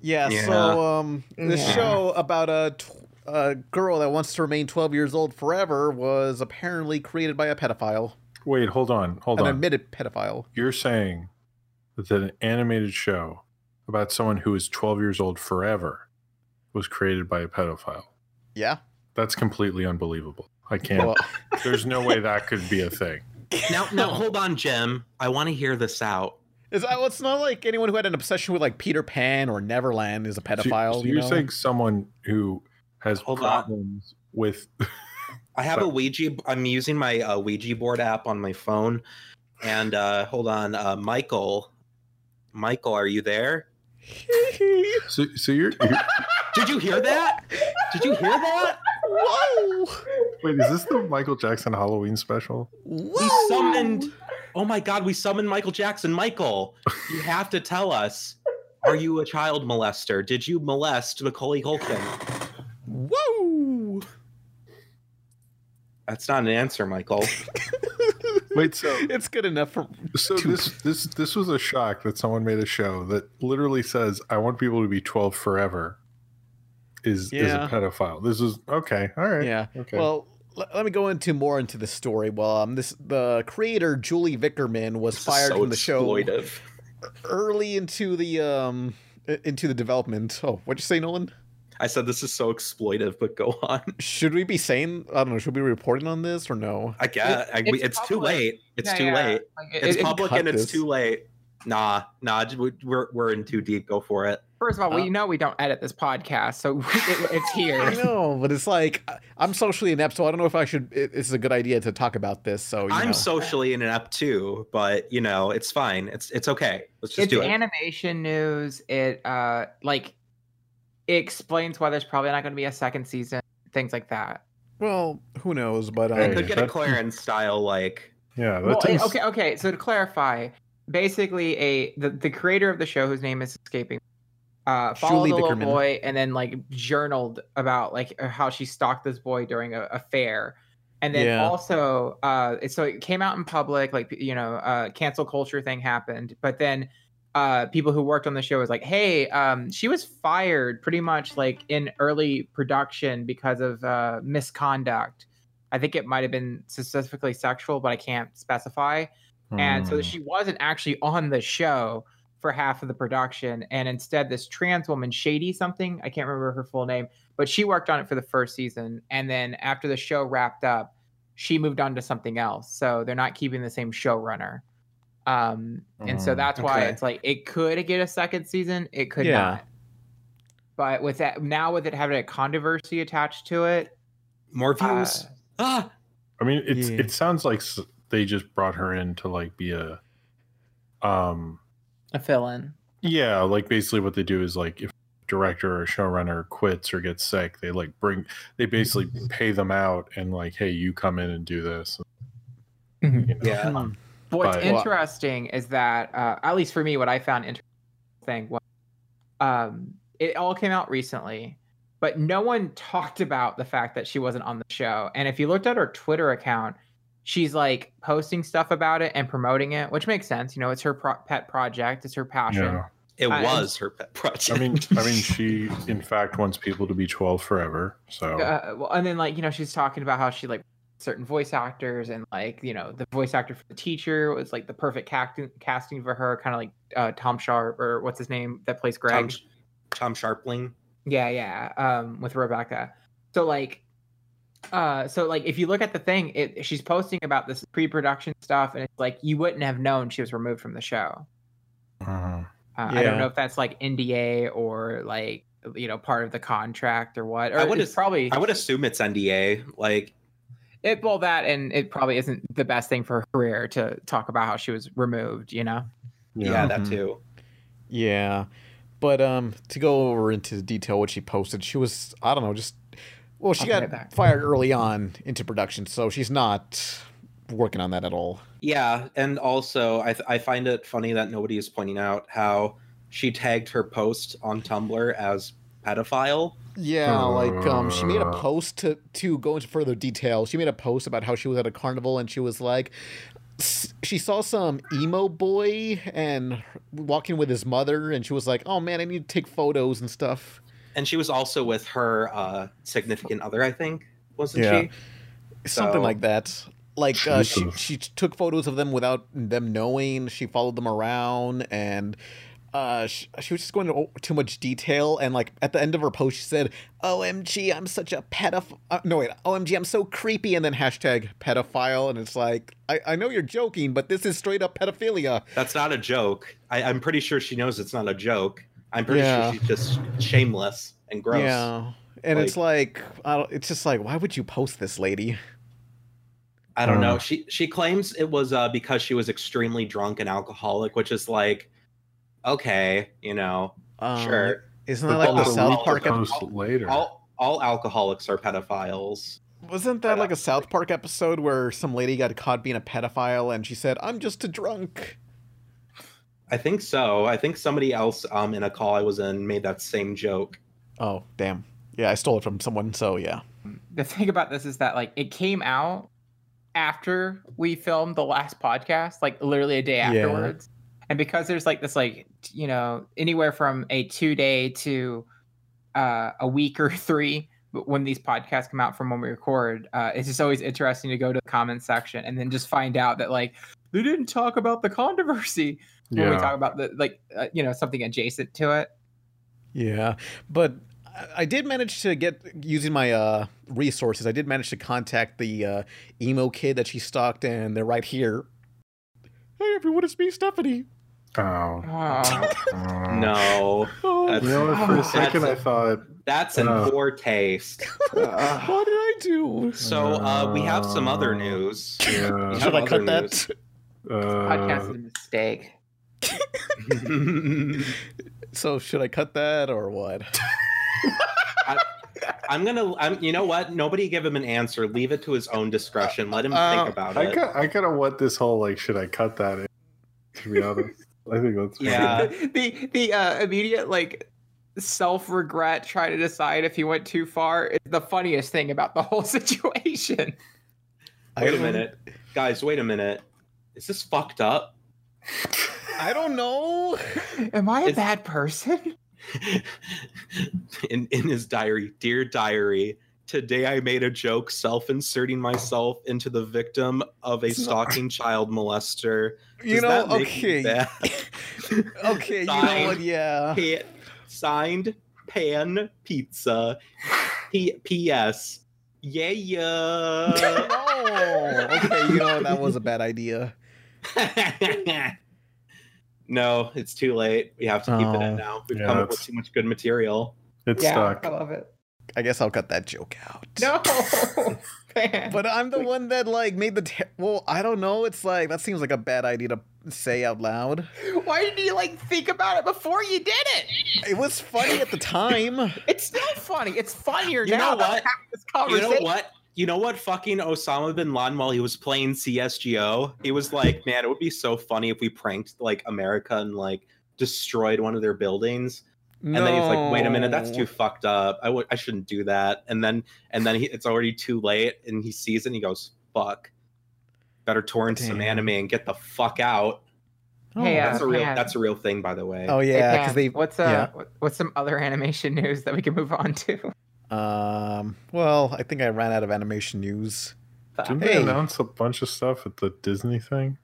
D: Yeah,
E: Yeah.
D: so um, this
B: Yeah.
D: show about a, tw- a girl that wants to remain 12 years old forever was apparently created by a pedophile,
C: Wait, hold on, hold
D: an
C: on.
D: admitted pedophile.
C: You're saying that an animated show about someone who is 12 years old forever was created by a pedophile.
D: Yeah.
C: That's completely unbelievable. I can't.
D: Well, <laughs>
C: There's no way that could be a thing.
E: now, now, hold on, Jim. I want to hear this out.
D: is that, well, it's not like anyone who had an obsession with like Peter Pan or Neverland is
C: So-
D: a pedophile.
C: So,
D: you
C: you're
D: know? <laughs>
C: saying someone who has
E: Hold on.
C: problems with <laughs>
E: I have
C: So-
E: a Ouija. I'm using my uh, Ouija board app on my phone. And uh, hold on, uh, Michael. Michael, are you there?
C: so, so you're, you're
E: Did you hear that? Did you hear that?
D: Whoa!
C: wait is this the michael jackson halloween special
E: We
D: Whoa!
E: summoned. Oh my God, we summoned Michael Jackson. Michael, you have to tell us. Are you a child molester? Did you molest Macaulay Culkin?
D: Whoa!
E: That's not an answer, Michael.
C: wait so
D: It's good enough for.
C: so this this this was a shock that someone made a show that literally says i want people to be 12 forever is is
D: Yeah.
C: a pedophile this is okay all right
D: Yeah.
C: okay
D: Well, l- let me go into more into the story. Well, um, this the creator Julie Vickerman was
E: This is
D: fired
E: so
D: from the show
E: exploitive.
D: early into the um i- into the development. Oh, what'd you say, Nolan?
E: I said this is so exploitive, but go on.
D: Should we be saying I don't know? Should we be reporting on this or no?
E: I guess I,
B: It's
E: it's, it's too
B: public.
E: late. It's
B: Yeah,
E: too
B: yeah.
E: late.
B: Like, it-
E: It's
B: it-
E: public
D: cut
E: and it's
D: this.
E: too late. Nah, nah, we- we're we're in too deep. Go for it.
B: First of all,
D: Uh,
B: we know we don't edit this podcast, so <laughs> it, it's
D: I <laughs>
B: here.
D: know, but it's like I- I'm socially inept, so I don't know if I should. It, it's a good idea to talk about this. So you
E: I'm
D: know.
E: socially inept too, but you know it's fine. It's it's okay. Let's just
B: it's
E: do it.
B: animation news. It uh like it explains why there's probably not going to be a second season, things like that.
D: well, who knows? But um,
E: I
C: Hey,
E: could get a
C: that-
E: Clarence style like
C: yeah that
B: Well, eh,
C: thing's-
B: okay, okay. So to clarify, basically, a the, the creator of the show whose name is escaping, uh, followed
D: Julie
B: the little
D: Vickerman.
B: boy and then like journaled about like how she stalked this boy during a, a fair, and then
D: Yeah.
B: also, uh, it- so it came out in public, like you know, uh, cancel culture thing happened, but then. Uh, people who worked on the show was like, "Hey, um, she was fired pretty much like in early production because of uh, misconduct. I think it might have been specifically sexual, but I can't specify. And so
C: Hmm.
B: she wasn't actually on the show for half of the production. And instead, this trans woman, Shady something, I can't remember her full name, but she worked on it for the first season. And then after the show wrapped up, she moved on to something else. So they're not keeping the same showrunner. Um, and so
C: Mm,
B: that's why
E: okay.
B: it's like it could get a second season, it could
D: Yeah.
B: not. But with that now, with it having a controversy attached to it,
E: more
B: uh,
E: views. ah,
C: I mean, it's
D: Yeah.
C: it sounds like s- they just brought her in to like be a, um,
B: a fill-in.
C: yeah, like basically what they do is like if a director or showrunner quits or gets sick, they like bring they basically pay them out and like, hey, you come in and do this.
B: Mhm.
C: You know?
E: yeah.
D: hmm,
B: What's
C: But-
B: interesting is that, uh, at least for me, what I found interesting thing was um, it all came out recently, but no one <laughs> talked about the fact that she wasn't on the show. And if you looked at her Twitter account, she's like posting stuff about it and promoting it, which makes sense. You know, it's her pro- pet project, it's her passion.
C: Yeah.
E: It
B: I-
E: was her pet project.
C: I
E: <laughs>
C: mean, I mean, she in fact wants people to be twelve forever. So
B: Uh, well, and then like you know she's talking about how she like certain voice actors and like you know the voice actor for the teacher was like the perfect casting casting for her, kind of like uh, Tom Sharp or what's his name that plays Greg.
E: Tom, Tom Sharpling.
B: Yeah, yeah. Um, with Rebecca. So like, uh, so like if you look at the thing, it she's posting about this pre-production stuff, and it's like you wouldn't have known she was removed from the show. Uh,
C: mhm.
B: I
D: Yeah.
B: don't know if that's like NDA or like you know part of the contract or what. Or
E: I would
B: it's
E: as-
B: probably
E: I would assume it's NDA. Like,
B: it well that, and it probably isn't the best thing for her career to talk about how she was removed. You know.
E: yeah, that
D: Mhm.
E: too.
D: Yeah. But um to go over into detail what she posted, she was I don't know, just well, she
B: I'll bring it
D: got
B: back.
D: fired early on into production, so she's not working on that at all.
E: Yeah, and also I, th- I find it funny that nobody is pointing out how she tagged her post on Tumblr as pedophile.
D: Yeah, like um, she made a
C: Uh.
D: post to to go into further detail. She made a post about how she was at a carnival and she was like, s- she saw some emo boy and her- walking with his mother, and she was like, "Oh man, I need to take photos and stuff."
E: And she was also with her uh, significant other, I think, wasn't
D: Yeah.
E: she?
D: something
E: So-
D: like that. Like uh, she
C: Jesus.
D: she took photos of them without them knowing. She followed them around, and uh, she, she was just going into too much detail. And like at the end of her post, she said, "OMG, I'm such a pedophile." Uh, no wait, OMG, I'm so creepy. And then hashtag pedophile. And it's like I I know you're joking, but this is straight up pedophilia.
E: That's not a joke. I, I'm pretty sure she knows it's not a joke. I'm pretty
D: Yeah.
E: sure she's just shameless and gross.
D: Yeah, and it's like I don't, it's just like why would you post this, lady?
E: I don't know.
C: Uh.
E: She she claims it was uh, because she was extremely drunk and alcoholic, which is like, okay, you know,
D: Um,
E: sure.
D: Isn't that like the
E: But
D: South
E: also-
D: Park? ep-
C: post later.
E: All all alcoholics are pedophiles.
D: Wasn't that like a South Park episode where some lady got caught being a pedophile and she said, "I'm just a drunk."
E: I think so. I think somebody else um, in a call I was in made that same joke.
D: Oh, damn. Yeah, I stole it from someone, so yeah.
B: the thing about this is that like it came out after we filmed the last podcast, like literally a day
D: Yeah.
B: afterwards. And because there's like this like t- you know anywhere from a two day to uh, a week or <laughs> three but when these podcasts come out from when we record, uh, it's just always interesting to go to the comments section and then just find out that like they didn't talk about the controversy when we
C: yeah.
B: talk about the like uh, you know something adjacent to it.
D: Yeah, but I- I did manage to get using my uh, resources. I did manage to contact the uh, emo kid that she stalked, and they're right here. Hey everyone, it's me, Stephanie.
C: Oh,
B: Oh.
C: oh.
E: <laughs> No,
D: Oh,
E: That's-
C: You know what? For a
E: That's
C: second,
E: a-
C: I thought.
E: that's in
C: Uh.
E: poor taste.
C: ah,
D: what did I do?
E: So uh, we have some other
D: <laughs>
E: news.
C: yeah.
D: Should I cut
E: other
D: that?
E: news.
B: podcast is
C: Uh,
B: a mistake.
D: So should I cut that or what?
E: I'm gonna. I'm. You know what? Nobody give him an answer. Leave it to his own discretion. Let him
D: Uh,
E: think about
C: I
E: it.
C: kind I kind of want this whole like, should I cut that? In, to be honest, I think that's fine.
E: Yeah.
B: <laughs> the the uh, immediate like self regret trying to decide if he went too far is the funniest thing about the whole <laughs> situation.
E: Wait
D: I
E: a
D: don't-
E: minute, guys. Wait a minute. Is this fucked up? <laughs>
D: I don't know.
B: Am I a
E: It's-
B: bad
E: <laughs>
B: person?
E: in in his diary, dear diary. Today I made a joke self-inserting myself into the victim of a stalking child molester.
D: You
E: Does
D: know,
E: that make
D: okay,
E: you bad?
D: okay, you know what?
E: Signed. <laughs>
D: Yeah,
E: Pa- signed pan pizza. P- P.S.
D: <laughs>
E: Yeah, yeah. <laughs>
D: no. Okay, you know that was a bad idea.
E: no, it's too late. We have to keep it
D: Oh.
E: in now. We've
C: Yeah,
E: come up with
C: that's-
E: too much good material.
C: It's
B: I
C: stuck.
B: love it.
D: I guess I'll cut that joke out.
B: <laughs> No, man.
D: but I'm the one that like made the. Ter- well, I don't know. It's like that seems like a bad idea to say out loud.
B: why didn't you like think about it before you did it?
D: It was funny at the time.
B: It's still funny. It's funnier
E: You
B: now.
E: know
B: that
E: what?
B: having This
E: You
B: conversation.
E: know what? You know what? Fucking Osama bin Laden, while he was playing CSGO, he was like, "Man, it would be so funny if we pranked like America and like destroyed one of their buildings."
D: No.
E: And then he's like, "Wait a minute, that's too fucked up. I w- I shouldn't do that." And then and then he, it's already too late, and he sees it, and he goes, "Fuck, better torrent some
D: Damn.
E: anime and get the fuck out."
B: Hey, uh,
E: that's a real
B: man.
E: that's a real thing, by the way.
D: Oh
B: Hey,
D: yeah,
B: Pam,
D: because they.
B: what's uh, what's some other <laughs> animation news that we can move on to?
D: Um. Well, I think I ran out of animation news.
C: Didn't
D: Hey.
C: they announce a bunch of stuff at the Disney thing?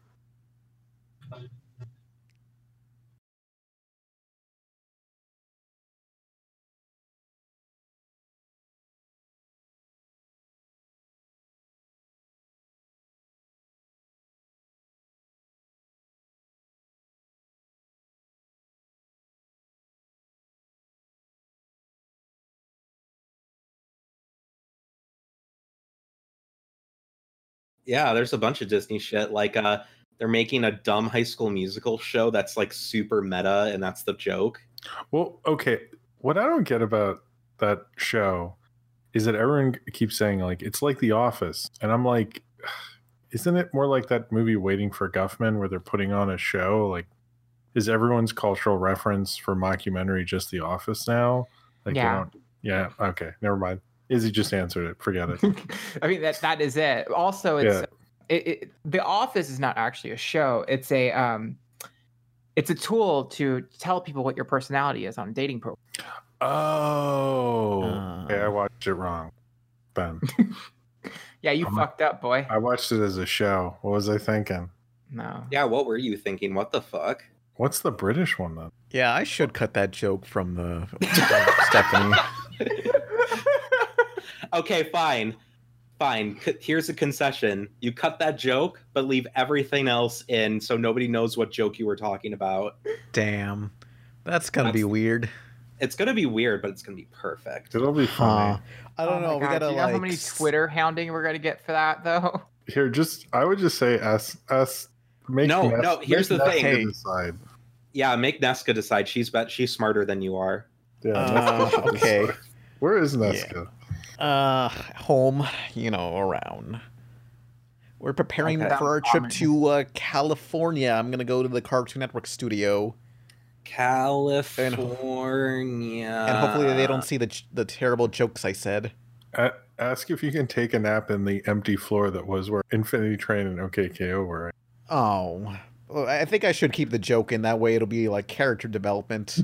E: Yeah, there's a bunch of Disney shit. Like, uh, they're making a dumb High School Musical show that's like super meta, and that's the joke.
C: Well, okay. What I don't get about that show is that everyone keeps saying like <sighs> it's like The Office, and I'm like, isn't it more like that movie Waiting for Guffman where they're putting on a show? Like, is everyone's cultural reference for mockumentary just The Office now? Like, they
B: Yeah.
C: don't- yeah. Okay. Never mind. Izzy just answered it.
B: <laughs>
C: Forget it.
B: I mean that that is it. Also, it's it, it, the Office is not actually a show. It's a um, it's a tool to tell people what your personality is on a dating program.
C: Oh.
D: Uh.
C: okay, I watched it wrong.
D: <laughs>
C: Then
B: Yeah, you
C: I'm not-
B: fucked up, boy.
C: I watched it as a show. What was I thinking?
B: No.
E: Yeah, what were you thinking? What the fuck?
C: What's the British one then?
D: Yeah, I should cut that joke from the from
E: <laughs>
D: Stephanie.
E: Okay, fine. Fine. C- Here's a concession. You cut that joke, but leave everything else in so nobody knows what joke you were talking about.
D: Damn, that's gonna be
E: That's-
D: weird.
E: It's going to be weird, but it's going to be perfect.
C: It'll be funny.
D: Huh. I
B: Oh
D: don't
B: my
D: know. We
B: God,
D: gotta
B: Do you know
D: like
B: how many Twitter hounding we're gonna get for that though? <laughs>
C: Here, just I would just say S S. Make
E: No,
C: Ness-
E: no, here's
C: make
E: the
C: Ness
E: thing.
C: to decide.
E: Yeah, make Nesca decide. She's bet she's smarter than you are.
C: Yeah,
D: Uh,
C: Ness should
D: okay.
C: decide. Where is Nesca?
D: uh home, you know, around. We're preparing
E: Okay.
D: for our trip
B: Ramen.
D: to uh, California. I'm gonna go to the Cartoon Network studio,
E: California.
D: and hopefully they
B: Uh,
D: don't see the j- the terrible jokes I said.
C: A- ask if you can take a nap in the empty floor that was where Infinity Train and OKKO were.
D: Oh, Well, I think I should keep the joke in. That way, it'll be like character <laughs> development.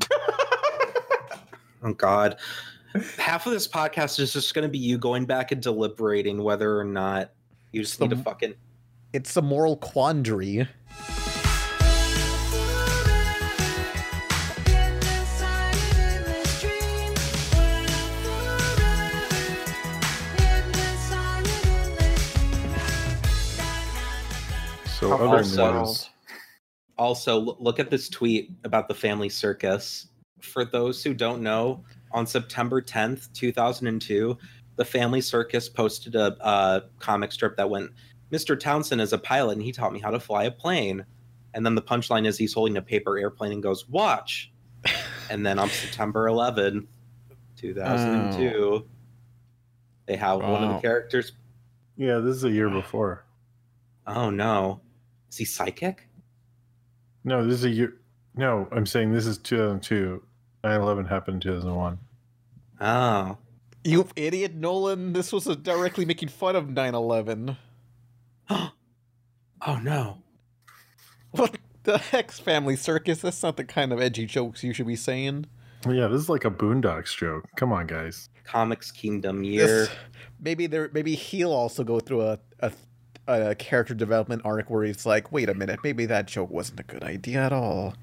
E: Oh God. Half of this podcast is just going to be you going back and deliberating whether or not you just need to
D: Some-
E: fucking.
D: it's a moral quandary.
C: So
B: Of
C: other
E: our
C: news.
E: Also, l- look at this tweet about the family circus. For those who don't know, on September 10th, 2002, the family circus posted a, a comic strip that went, Mr. Townsend is a pilot and he taught me how to fly a plane. And then the punchline is he's holding a paper airplane and goes, Watch. and then on September 11th, 2002, they have one of
D: Wow.
E: the characters.
C: Yeah, this is a year before.
E: Oh no. Is he psychic?
C: No, this is a year. No, I'm saying this is 2002. 9/11 happened in 2001.
E: Oh.
D: You idiot, Nolan! This was a directly making fun of 9/11.
E: Oh no.
D: What the heck's family circus? That's not the kind of edgy jokes you should be saying.
C: Yeah, this is like a Boondocks joke. Come on, guys.
E: Comics Kingdom year.
D: This- maybe there. Maybe he'll also go through a, a a character development arc where he's like, wait a minute, maybe that joke wasn't a good idea at all.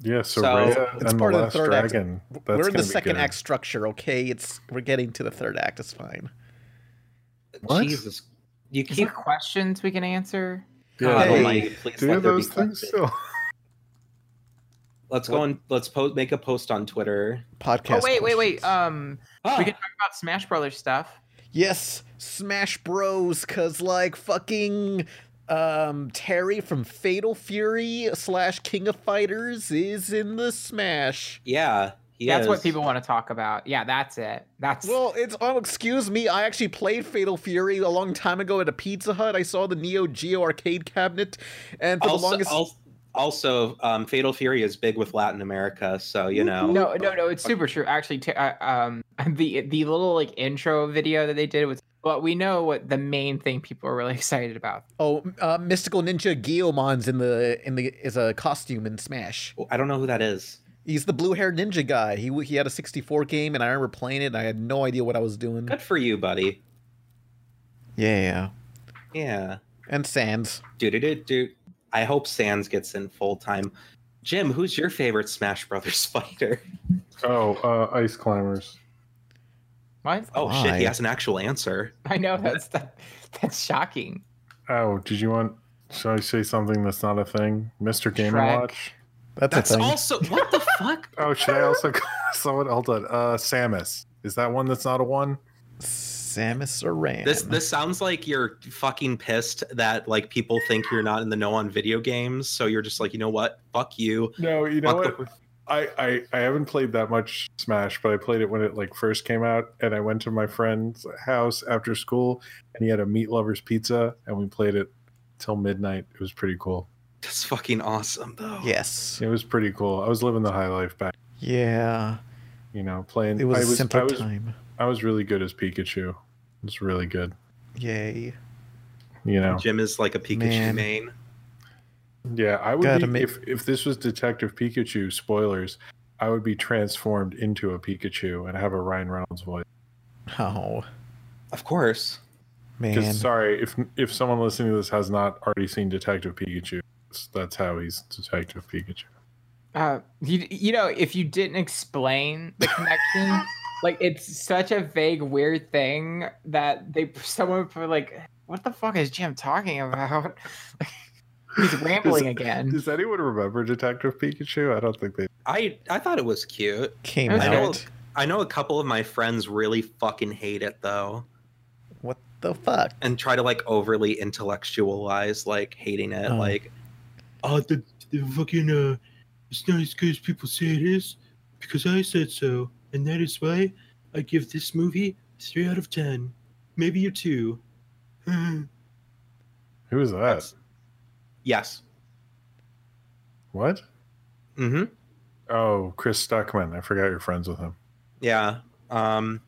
C: Yeah, so,
E: So-
C: Rhea
D: It's
C: and the
D: part of the
C: Last
D: third act.
C: Dragon. That's
D: We're in
C: gonna
D: the
C: be
D: second
C: good.
D: act structure, okay? It's we're getting to the third act. It's fine.
C: What?
E: Jesus. You
B: Is there
E: keep
B: questions we can answer?
E: God
C: Hey,
E: almighty, please
C: Do
E: let there be
C: those things
E: questions.
C: still?
E: Let's go and let's post make a post on Twitter.
D: Podcast.
B: oh wait, wait, wait.
D: questions.
B: Um,
E: Ah,
B: we can talk about Smash Brothers stuff.
D: yes, Smash Bros. Cause like fucking um Terry from Fatal Fury slash King of Fighters is in the Smash.
E: <gasps> yeah. he
B: That's what
E: is.
B: people want to talk about. Yeah, that's it. That's
D: Well, it's oh, excuse me. I actually played Fatal Fury a long time ago at a Pizza Hut. I saw the Neo Geo arcade cabinet, and for
E: also,
D: the longest,
E: al- also um, Fatal Fury is big with Latin America, so you know.
B: no, no, no. It's super true. Actually, t- uh, um, <laughs> the the little like intro video that they did was. But we know what the main thing people are really <laughs> excited about.
D: oh, uh, Mystical Ninja Guillemon's in the in the is a costume in Smash.
E: I don't know who that is.
D: He's the blue haired ninja guy. He w- he had a 64 game, and I remember playing it. and I had no idea what I was doing.
E: Good for you, buddy.
D: Yeah,
E: Yeah.
D: and Sans.
E: Do do do do. I hope Sans gets in full time. Jim, who's your favorite Smash Brothers <laughs> fighter?
C: Oh, uh, ice climbers.
B: What?
E: Oh shit,
D: Why?
E: he has an actual answer.
B: I know that's that, that's shocking.
C: Oh, did you want? Should I say something that's not a thing, Mister Game and
B: Shrek.
C: Watch?
D: That's,
E: That's
D: a thing.
E: also what the <laughs> fuck?
C: Oh, should I also call <laughs> someone? Hold on. Uh, Samus. Is that one that's not a one?
D: Samus Aran.
E: This this sounds like you're fucking pissed that like people think you're not in the know on video games, so you're just like, you know what? Fuck you.
C: No, you know
E: Fuck
C: what?
E: the-
C: I, I I haven't played that much Smash, but I played it when it like first came out, and I went to my friend's house after school, and he had a meat lovers pizza, and we played it till midnight. It was pretty cool.
E: That's fucking awesome, though.
D: Yes.
C: It was pretty cool. I was living the high life back,
D: Yeah.
C: you know, playing.
D: It was
C: I
D: a simpler
C: I was,
D: time.
C: I was really good as Pikachu. It was really good.
D: Yay.
C: You know,
E: Jim is like a Pikachu
D: Man.
E: main.
C: yeah. I would
D: Gotta
C: be,
D: make-
C: if if this was Detective Pikachu. Spoilers. I would be transformed into a Pikachu and have a Ryan Reynolds voice.
D: Oh,
E: Of course.
D: man.
C: Because sorry, if if someone listening to this has not already seen Detective Pikachu, s- that's how he's Detective Pikachu.
B: Uh, you, you know, if you didn't explain the connection, like it's such a vague, weird thing that they someone for like, what the fuck is Jim talking about? <laughs> He's rambling again.
C: Does anyone remember Detective Pikachu? I don't think they.
E: I I thought it was cute.
D: Came
B: I
E: I know,
D: out.
E: I know a couple of my friends really fucking hate it though,
D: What the fuck?
E: and try to like overly intellectualize like hating it.
D: Oh.
E: Like,
I: Oh, the, the fucking, uh, it's not as good as people say it is because I said so. And that is why I give this movie 3 out of 10. Maybe a 2.
C: Who is that?
E: That's- yes.
C: What?
E: Mm-hmm.
C: Oh, Chris Stuckman. I forgot you're friends with him.
E: Yeah. Um,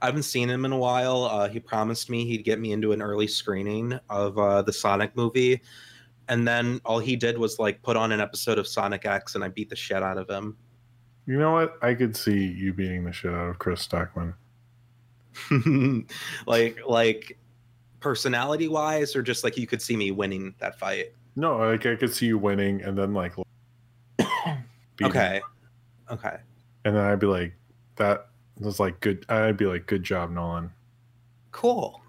E: I haven't seen him in a while. Uh, he promised me he'd get me into an early screening of uh, the Sonic movie. And then all he did was like put on an episode of Sonic X and I beat the shit out of him. <laughs>
C: You know what? I could see you beating the shit out of Chris Stuckman.
E: like like personality wise or just like you could see me winning that fight.
C: No, like I could see you winning, and then like. <coughs> beating-
E: Okay. Okay.
C: And then I'd be like, that was like good. I'd be like, good job, Nolan.
E: Cool.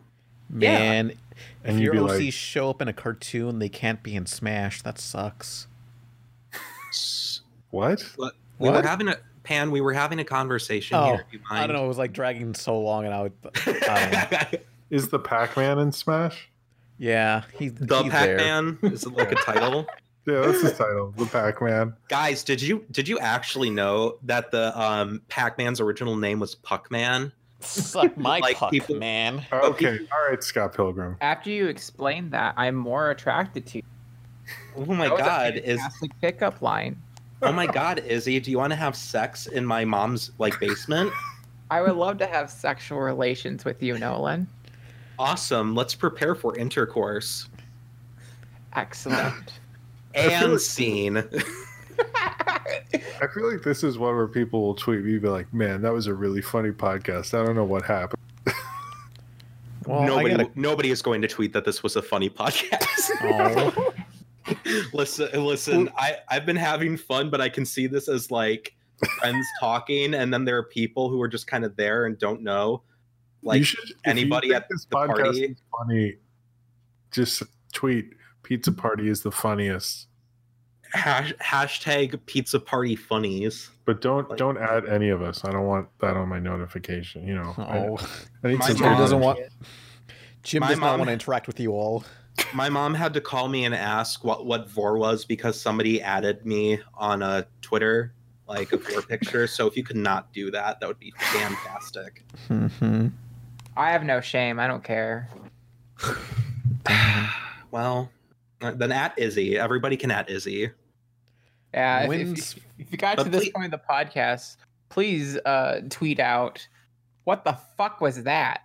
E: Yeah.
D: Man,
C: And
D: if
C: you'd
D: your
C: be
D: OCs
C: like-
D: show up in a cartoon, they can't be in Smash. That sucks.
E: S-
C: What?
E: We
D: What?
E: were having a pan, we were having a conversation
D: Oh,
E: here. Do you
D: I don't know. It was like dragging so long, and I would. I
E: <laughs>
D: don't know.
E: mind?
C: Is the Pac-Man in Smash?
D: Yeah, he's
E: the
D: he's
E: Pac
D: there.
E: Man. Is it like a title?
C: Yeah, that's his title, the
E: <laughs>
C: Pac-Man.
E: Guys, did you did you actually know that the um Pac-Man's original name was Puckman?
D: Suck my
E: Like
D: puck,
E: people-
D: man.
C: Uh, Okay, all right, Scott Pilgrim.
B: After you explain that, I'm more attracted to you.
E: Oh my
B: That was a
E: god, is
B: fantastic pickup line.
E: oh my god, Izzy, do you want to have sex in my mom's like basement?
B: I would love to have sexual relations with you, Nolan.
E: Awesome. Let's prepare for intercourse.
B: Excellent.
E: And <laughs> scene.
C: I feel like this is one where people will tweet me, be like, "Man, that was a really funny podcast." I don't know what happened.
D: Well,
E: nobody
D: I gotta,
E: nobody is going to tweet that this was a funny <laughs> podcast.
D: oh,
E: listen, listen, I, I've been having fun, but I can see this as like <laughs> friends talking, and then there are people who are just kind of there and don't know. Like
C: should, if
E: anybody
C: think
E: at
C: this
E: the party.
C: is funny, just tweet "Pizza Party is the funniest,"
E: hash, hashtag pizza party funnies.
C: but don't
E: Like-
C: don't add any of us. I don't want that on my notification. You <laughs> know, I-
D: oh.
C: I, need
E: My
C: some
D: Jim
E: mom-
D: doesn't want. Jim
E: My
D: does not
E: mom-
D: want to interact with you all.
E: My mom had to call me and ask what what vor was because somebody added me on a Twitter like a vor picture. So if you could not do that, that would be fantastic.
D: <laughs> Mm-hmm.
B: I have no shame. I don't care.
E: Well, uh, then at Izzy, everybody can at Izzy.
B: Yeah. if- if- <laughs>
D: When's-
B: if you got
E: But
B: to this
E: please-
B: point of the podcast, please uh, tweet out, "What the fuck was that?"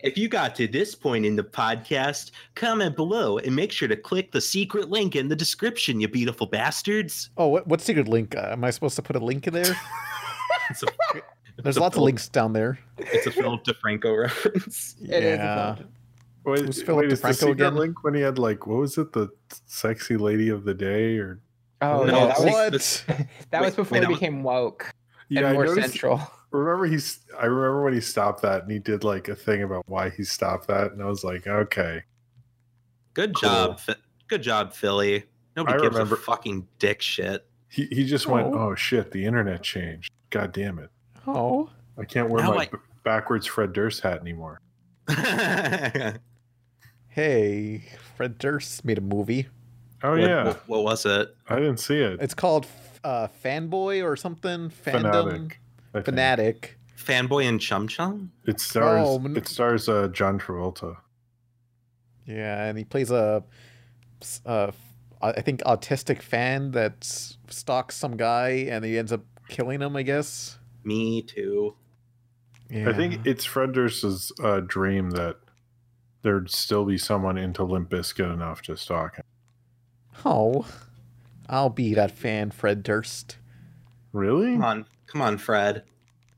E: If you got to this point in the podcast, comment below and make sure to click the secret link in the description, you beautiful bastards.
D: Oh, what, what secret link? Uh, am I supposed to put a link in there?
E: It's a,
D: There's
E: a
D: lots of
E: Philip-
D: links down there.
E: It's a Philip DeFranco reference.
B: It is a
D: yeah.
B: Philip
C: Wait,
D: Who's Philip
C: wait, is the
D: DeFranco
C: secret
D: again?
C: link when he had like what was it, the sexy lady of the day, or
B: Oh,
E: No,
B: no,
E: it's
B: that was
E: like-
D: what?
B: that was
E: wait,
B: before
E: wait,
B: it
E: I was-
B: became woke
C: yeah, I
B: and more
C: noticed-
B: central.
C: remember he's i remember when he stopped that and he did like a thing about why he stopped that and i was like okay
E: Good
C: Cool.
E: job. Phi- Good job, Philly. Nobody
C: I
E: gives
C: remember-
E: a fucking dick shit. <laughs>
C: he, he just went
D: Oh.
C: oh shit the internet changed god damn it
D: Oh,
C: i can't wear
E: Now
C: my
E: I-
C: b- backwards fred durst hat anymore Oh,
E: what,
D: hey, Fred Durst made a movie.
C: oh yeah
E: what, what was it?
C: i didn't see it
D: It's called F- uh, fanboy or something. Fandom
C: Fanatic. I think.
D: fanatic.
E: Fanboy and Chum Chum?
C: It stars.
D: Oh, man.
C: It stars uh, John Travolta.
D: Yeah, and he plays a, a, I think autistic fan that s- stalks some guy, and he ends up killing him. I guess.
E: Me too.
D: Yeah.
C: I think it's Fred Durst's uh, dream that there'd still be someone into Limp Bizkit enough to stalk him.
D: Oh, I'll be that fan, Fred Durst.
C: Really?
E: Come on. Come on, Fred.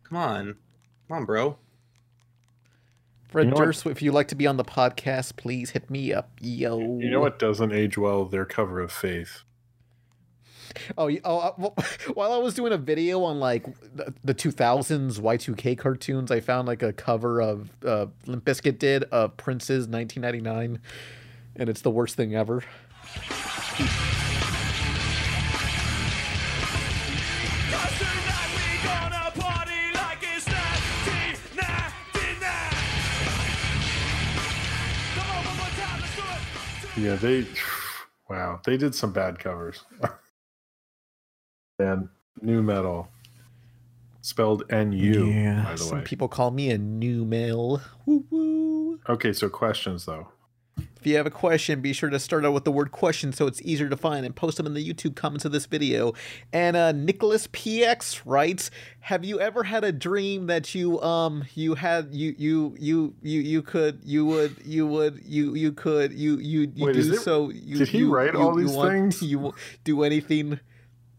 E: Come on. Come on, bro.
D: Fred
C: You know what-
D: Durst, if you'd like to be on the podcast, please hit me up, yo.
C: You know what doesn't age well? Their cover of Faith.
D: Oh, you- oh I, well, <laughs> while I was doing a video on like the, the 2000s Y2K cartoons, I found like a cover of uh, Limp Bizkit did of Prince's 1999, and it's the worst thing ever.
J: tonight we gonna party like it's 1999. Come on, one more time, let's do it.
C: Yeah, they. <sighs> Wow, they did some bad covers. <laughs> and new metal, spelled N U. by the
D: Some
C: way.
D: people call me a new male. Woo woo.
C: okay, so questions though.
D: If you have a question, be sure to start out with the word question so it's easier to find and post them in the YouTube comments of this video. And uh, Nicholas PX writes, "Have you ever had a dream that you um you had you you you you you could you would you would you you could you you you
C: Wait,
D: do
C: is it-
D: so you
C: did he
D: you-
C: write
D: you-
C: all
D: you
C: these
D: want-
C: things?
D: <laughs> you w- do anything?"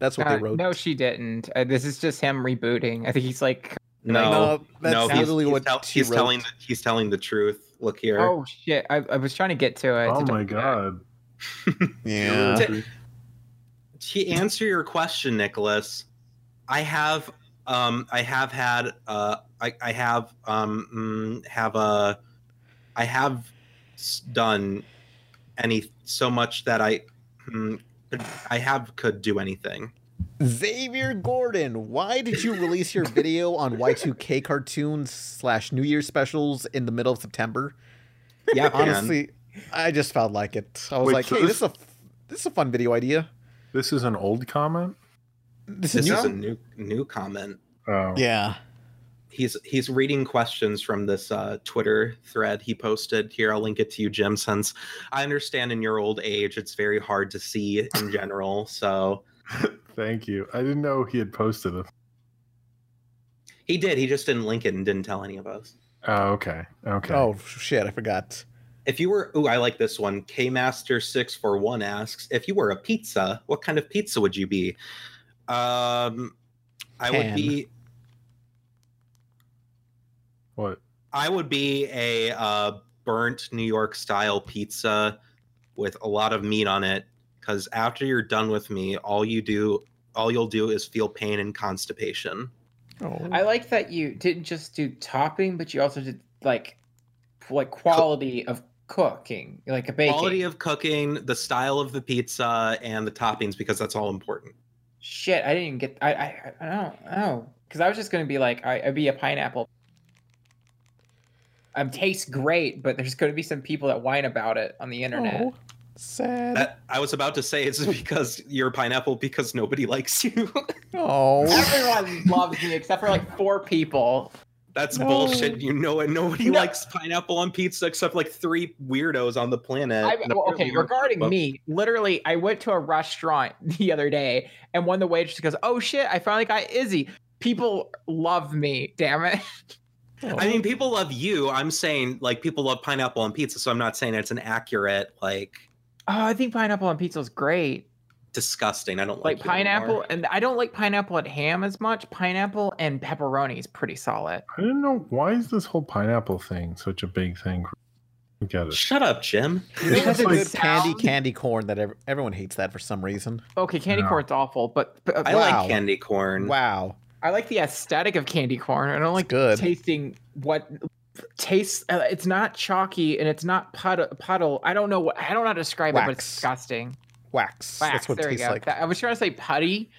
D: That's what
B: Uh,
D: they wrote.
B: no, she didn't. Uh, this is just him rebooting. I think he's like,
E: No.
D: no, that's
E: no, he's,
D: literally
E: he's
D: what
E: tell-
D: she
E: he's
D: wrote.
E: telling the, he's telling the truth. Look here.
B: oh shit! I, I was trying to get to it.
C: oh
B: to
C: my
B: double check.
C: god.
D: Yeah.
E: to, to answer your question, Nicholas, I have um I have had uh I, I have um mm, have a I have s- done any so much that I hmm, could- I have could do anything.
D: Xavier Gordon, why did you release your video on Y2K cartoons slash New Year specials in the middle of September?
E: Yeah,
D: Honestly, I just felt like it. I was
C: Wait,
D: like,
C: so
D: hey,
C: this-
D: this is a this is a fun video idea.
C: This is an old comment.
D: This,
E: this
D: is
E: is a
D: new.
E: new new comment.
C: Oh,
D: Yeah.
E: He's he's reading questions from this uh, Twitter thread he posted here. I'll link it to you, Jim. Since I understand in your old age, it's very hard to see in general. So
C: thank you. I didn't know he had posted it.
E: He did. He just didn't link it and didn't tell any of us.
C: Oh, okay. Okay.
D: Oh shit, I forgot.
E: If you were, ooh, I like this one. K Master six four one asks, if you were a pizza, what kind of pizza would you be? Um, I would
D: Pan.
E: be.
C: What?
E: I would be a uh, burnt New York style pizza with a lot of meat on it. Because after you're done with me, all you do, all you'll do is feel pain and constipation.
D: Oh.
B: I like that you didn't just do topping, but you also did like p- like quality of cooking, like a baking.
E: Quality of cooking, the style of the pizza, and the toppings, because that's all important.
B: Shit, I didn't even get. I I, I don't know because I was just gonna be like, I, I'd be a pineapple. Um, tastes great, but there's gonna be some people that whine about it on the internet.
D: Oh, sad.
E: That, I was about to say it's <laughs> because you're pineapple because nobody likes you. <laughs>
D: oh.
B: Everyone loves me except for like four people.
E: That's
D: No.
E: bullshit. You know it. Nobody
B: No.
E: likes pineapple on pizza except like three weirdos on the planet.
B: I,
E: And
B: well, okay,
E: apparently you're-
B: regarding
E: but-
B: me, literally, I went to a restaurant <laughs> the other day, and one of the waitress goes, "Oh shit, I finally got Izzy." People love me, damn it. <laughs>
E: I mean, people love you. I'm saying like people love pineapple on pizza, so I'm not saying it's an accurate like
B: Oh, I think pineapple on pizza is great.
E: disgusting. I don't
B: Like
E: like, you anymore.
B: pineapple, and I don't like pineapple and ham as much. Pineapple and pepperoni is pretty
E: <laughs>
B: solid.
C: I didn't know why is this whole pineapple thing such a big thing. I get it.
E: Shut up, Jim.
D: It's
B: Because
D: just a
B: it
D: good candy
B: sounds-
D: candy corn that ev- everyone hates that for some reason.
B: Okay, candy
C: No.
B: corn's awful, but, but
E: I
B: I, like,
D: Wow.
E: like candy corn.
D: Wow.
B: I like the aesthetic of candy corn. I don't like
D: good.
B: tasting what tastes. Uh, it's not chalky and it's not puddle. puddle. I don't know what I don't know how to describe it, but
D: Wax.
B: it's disgusting.
D: Wax.
B: Wax.
D: That's what it
B: there you
D: tastes
B: go.
D: like.
B: That- I was trying to say putty.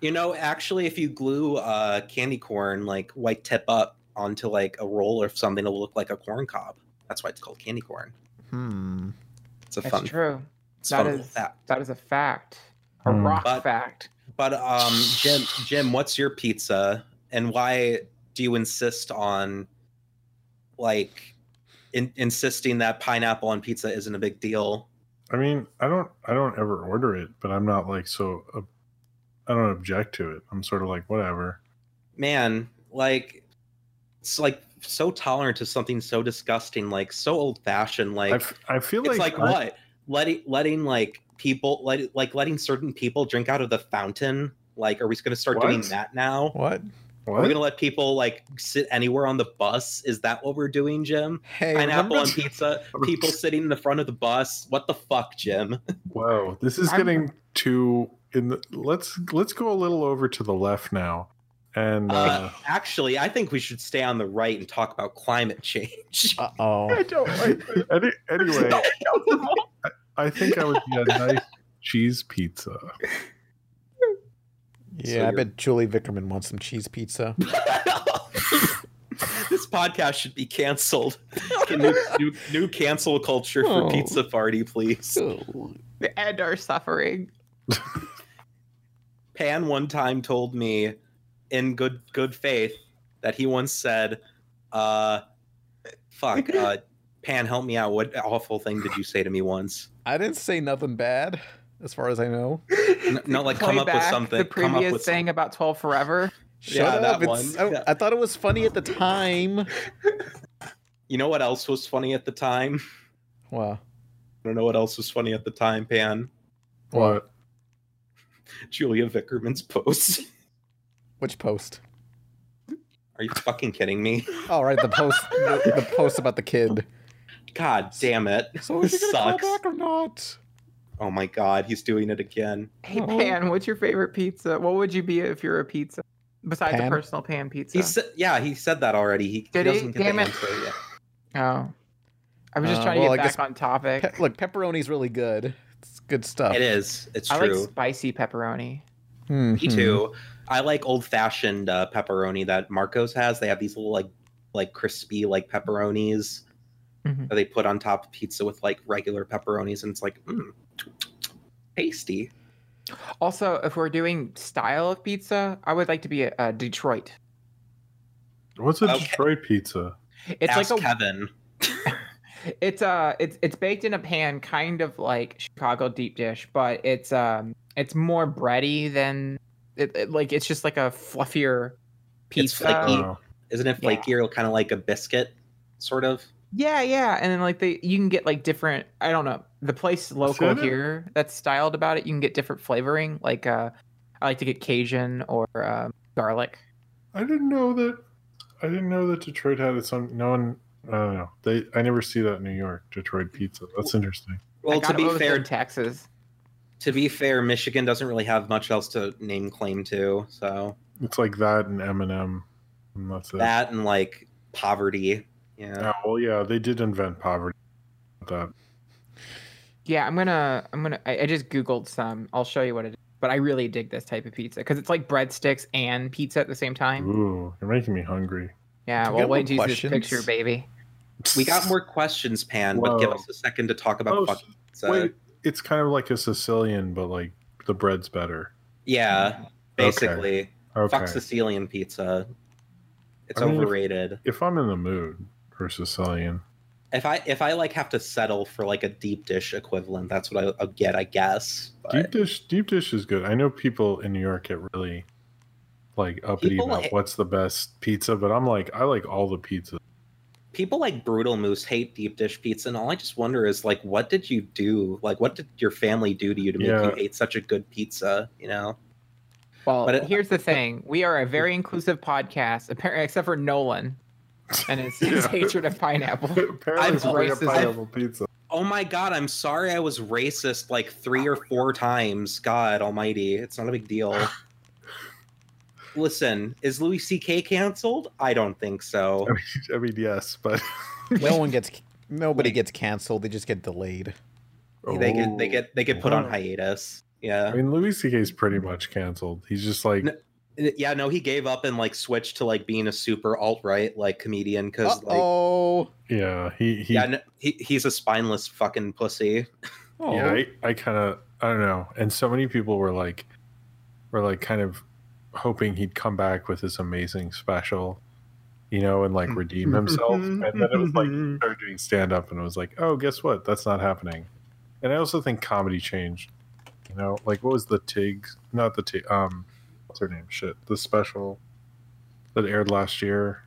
E: You know, actually, if you glue uh, candy corn like white tip up onto like a roll or something, it'll look like a corn cob. That's why it's called candy corn.
D: Hmm.
E: It's a
B: That's
E: fun,
B: true.
E: it's a
B: That
E: fun little
B: is-
E: fact.
B: That is a fact. A
D: Hmm.
C: Mm.
B: rock
E: But-
B: fact.
E: But um, Jim, Jim, what's your pizza, and why do you insist on, like, in- insisting that pineapple on pizza isn't a big deal?
C: I mean, I don't, I don't ever order it, but I'm not like so. ob- I don't object to it. I'm sort of like whatever.
E: Man, like, it's like so tolerant to something so disgusting, like so old fashioned,
C: I
E: like
C: f- I feel
E: it's
C: like,
E: like
C: I-
E: what letting letting like people let, like letting certain people drink out of the fountain. Like, are we going to start doing
C: What?
E: that now?
D: What?
E: Are we
C: What?
E: going to let people like sit anywhere on the bus? Is that what we're doing, Jim?
D: Hey,
E: pineapple
D: <laughs> remember-
E: on pizza. People sitting in the front of the bus. What the fuck, Jim?
C: Whoa, this is
B: I'm-
C: getting too. In the, let's let's go a little over to the left now,
E: <laughs>
C: and
E: Uh,
C: uh,
E: actually, I think we should stay on the right and talk about climate change. <laughs>
D: Uh-oh.
C: don't like <laughs> any, anyway. I think I would be a nice cheese pizza.
D: Yeah, I bet Julie Vickerman wants some cheese
E: <laughs>
D: pizza.
E: this podcast should be
D: <laughs>
E: canceled. Can new, new, new cancel culture for
D: Oh.
E: pizza party, please.
B: The end our suffering.
E: Pan one time told me, in good good faith, that he once said, uh, "Fuck, uh,
B: <laughs>
E: Pan, help me out. What awful thing did you say to me once?"
D: I didn't say nothing bad, as far as I know.
E: N- no, like come
B: Play
E: up with
B: back
E: something.
B: The
E: come up with
B: previous thing about Twelve Forever.
D: Shut
E: Yeah,
D: up.
E: that
D: it's-
E: one.
D: I-
E: Yeah.
D: I thought it was funny at the time.
E: Something. You know what else was funny at the time?
D: Wow.
E: I don't know what else was funny at the time, Pan.
C: What?
E: Julia Vickerman's post.
D: Which post?
E: Are you fucking kidding me?
D: Oh, right, the post, the, the post about the kid.
E: God damn it.
D: So
E: This
D: is he gonna
E: sucks.
D: call back or not?
E: Oh my god, he's doing it again.
B: Hey
D: Oh.
B: Pan, what's your favorite pizza? What would you be if you're a pizza? Besides
D: Pan?
B: a personal pan pizza.
E: He said, yeah, he said that already. He,
B: Did he?
E: doesn't get
B: Damn
E: the
B: it.
E: answer yet.
B: oh. I was just
D: Uh,
B: trying to
D: well,
B: get
D: I
B: back
D: guess-
B: on topic.
D: Pe- look, pepperoni's really good. It's good stuff.
E: It is. It's
B: I like Mm-hmm.
E: true.
B: spicy pepperoni.
D: Mhm.
E: Me too. I like old fashioned uh, pepperoni that Marcos has. They have these little like like crispy like pepperonis
B: Mhm.
E: that they put on top of pizza with like regular pepperonis, and it's like mm, tasty.
B: Also, if we're doing style of pizza, I would like to be a, a Detroit.
C: What's a
E: Okay.
C: Detroit pizza?
B: It's
E: Ask
B: like a
E: Kevin.
B: it's uh it's it's baked in a pan kind of like chicago deep dish but it's um it's more bready than it, it- like it's just like a fluffier
E: It's
B: pizza
E: flaky.
C: Oh.
E: Isn't it
B: Yeah.
E: flakier, kind of like a biscuit, sort of?
B: yeah yeah and then like they you can get like different i don't know the place local
C: Cinnamon?
B: here that's styled about it you can get different flavoring like uh i like to get cajun or um, garlic
C: I didn't know that. I didn't know that Detroit had its own. No one. I don't know. They. I never see that in New York. Detroit pizza. That's interesting.
E: Well,
B: I
E: to
B: got it
E: be
B: over there in
E: fair,
B: texas
E: to be fair, Michigan doesn't really have much else to name claim to. So
C: It's like that and Eminem. And that's it.
E: that and like poverty. Yeah.
C: Oh, well, yeah, they did invent poverty. That
B: Yeah, I'm gonna, I'm gonna. I, I just googled some. I'll show you what it is. But I really dig this type of pizza because it's like breadsticks and pizza at the same time.
C: ooh, you're making me hungry.
B: Yeah,
D: Do we
B: well,
D: have
B: wait
D: more
B: till you see this picture,
D: questions?
B: baby.
E: We got more questions, Pan, but give
C: Whoa.
E: us a second to talk about
C: Oh,
E: fucking
C: <laughs>
E: pizza.
C: Wait, it's kind of like a Sicilian, but like the bread's better.
E: Yeah, basically.
C: Okay.
E: Fuck Sicilian pizza. It's
C: I mean, if-
E: overrated.
C: if I'm in the mood for Sicilian,
E: If, I if I like have to settle for like a deep dish equivalent, that's what I, I'll get, I guess. But
C: deep dish, deep dish is good. I know people in New York get really like uppity
E: People
C: about
E: hate-
C: what's the best pizza, but I'm like, I like all the pizza.
E: people like brutal moose hate deep dish pizza, and all I just wonder is like, what did you do? Like, what did your family do to you to make
C: Yeah.
E: you hate such a good pizza? You know,
B: Well,
E: But it-
B: here's the thing: we are a very inclusive podcast, apparently, except for Nolan and his, his
C: Yeah.
B: hatred of pineapple.
C: Apparently,
E: I've
C: it's like a
B: always-
C: pineapple pizza.
E: oh my god, I'm sorry, I was racist like three or four times. God Almighty, it's not a big
C: <sighs>
E: deal. Listen, is Louis C.K. canceled? I don't think so.
C: I mean, yes, but
D: No one gets, nobody gets canceled. They just get delayed.
E: They get they get they get put on
C: Oh, Wow.
E: hiatus.
C: I
E: Yeah.
C: mean, Louis C.K.'s pretty much canceled. He's just like,
E: No. Yeah, no, he gave up and like switched to like being a super alt right like comedian because like
D: Oh,
C: yeah, he he
E: yeah, no, he he's a spineless fucking pussy.
C: Yeah, I, I kind of I don't know. And so many people were like, were like kind of hoping he'd come back with this amazing special, you know, and like redeem himself. and then it was like he started doing stand up, and it was like, oh, guess what? That's not happening. And I also think comedy changed. You know, like what was the Tig? Not the Tig. Um, what's her name? Shit, the special that aired last year.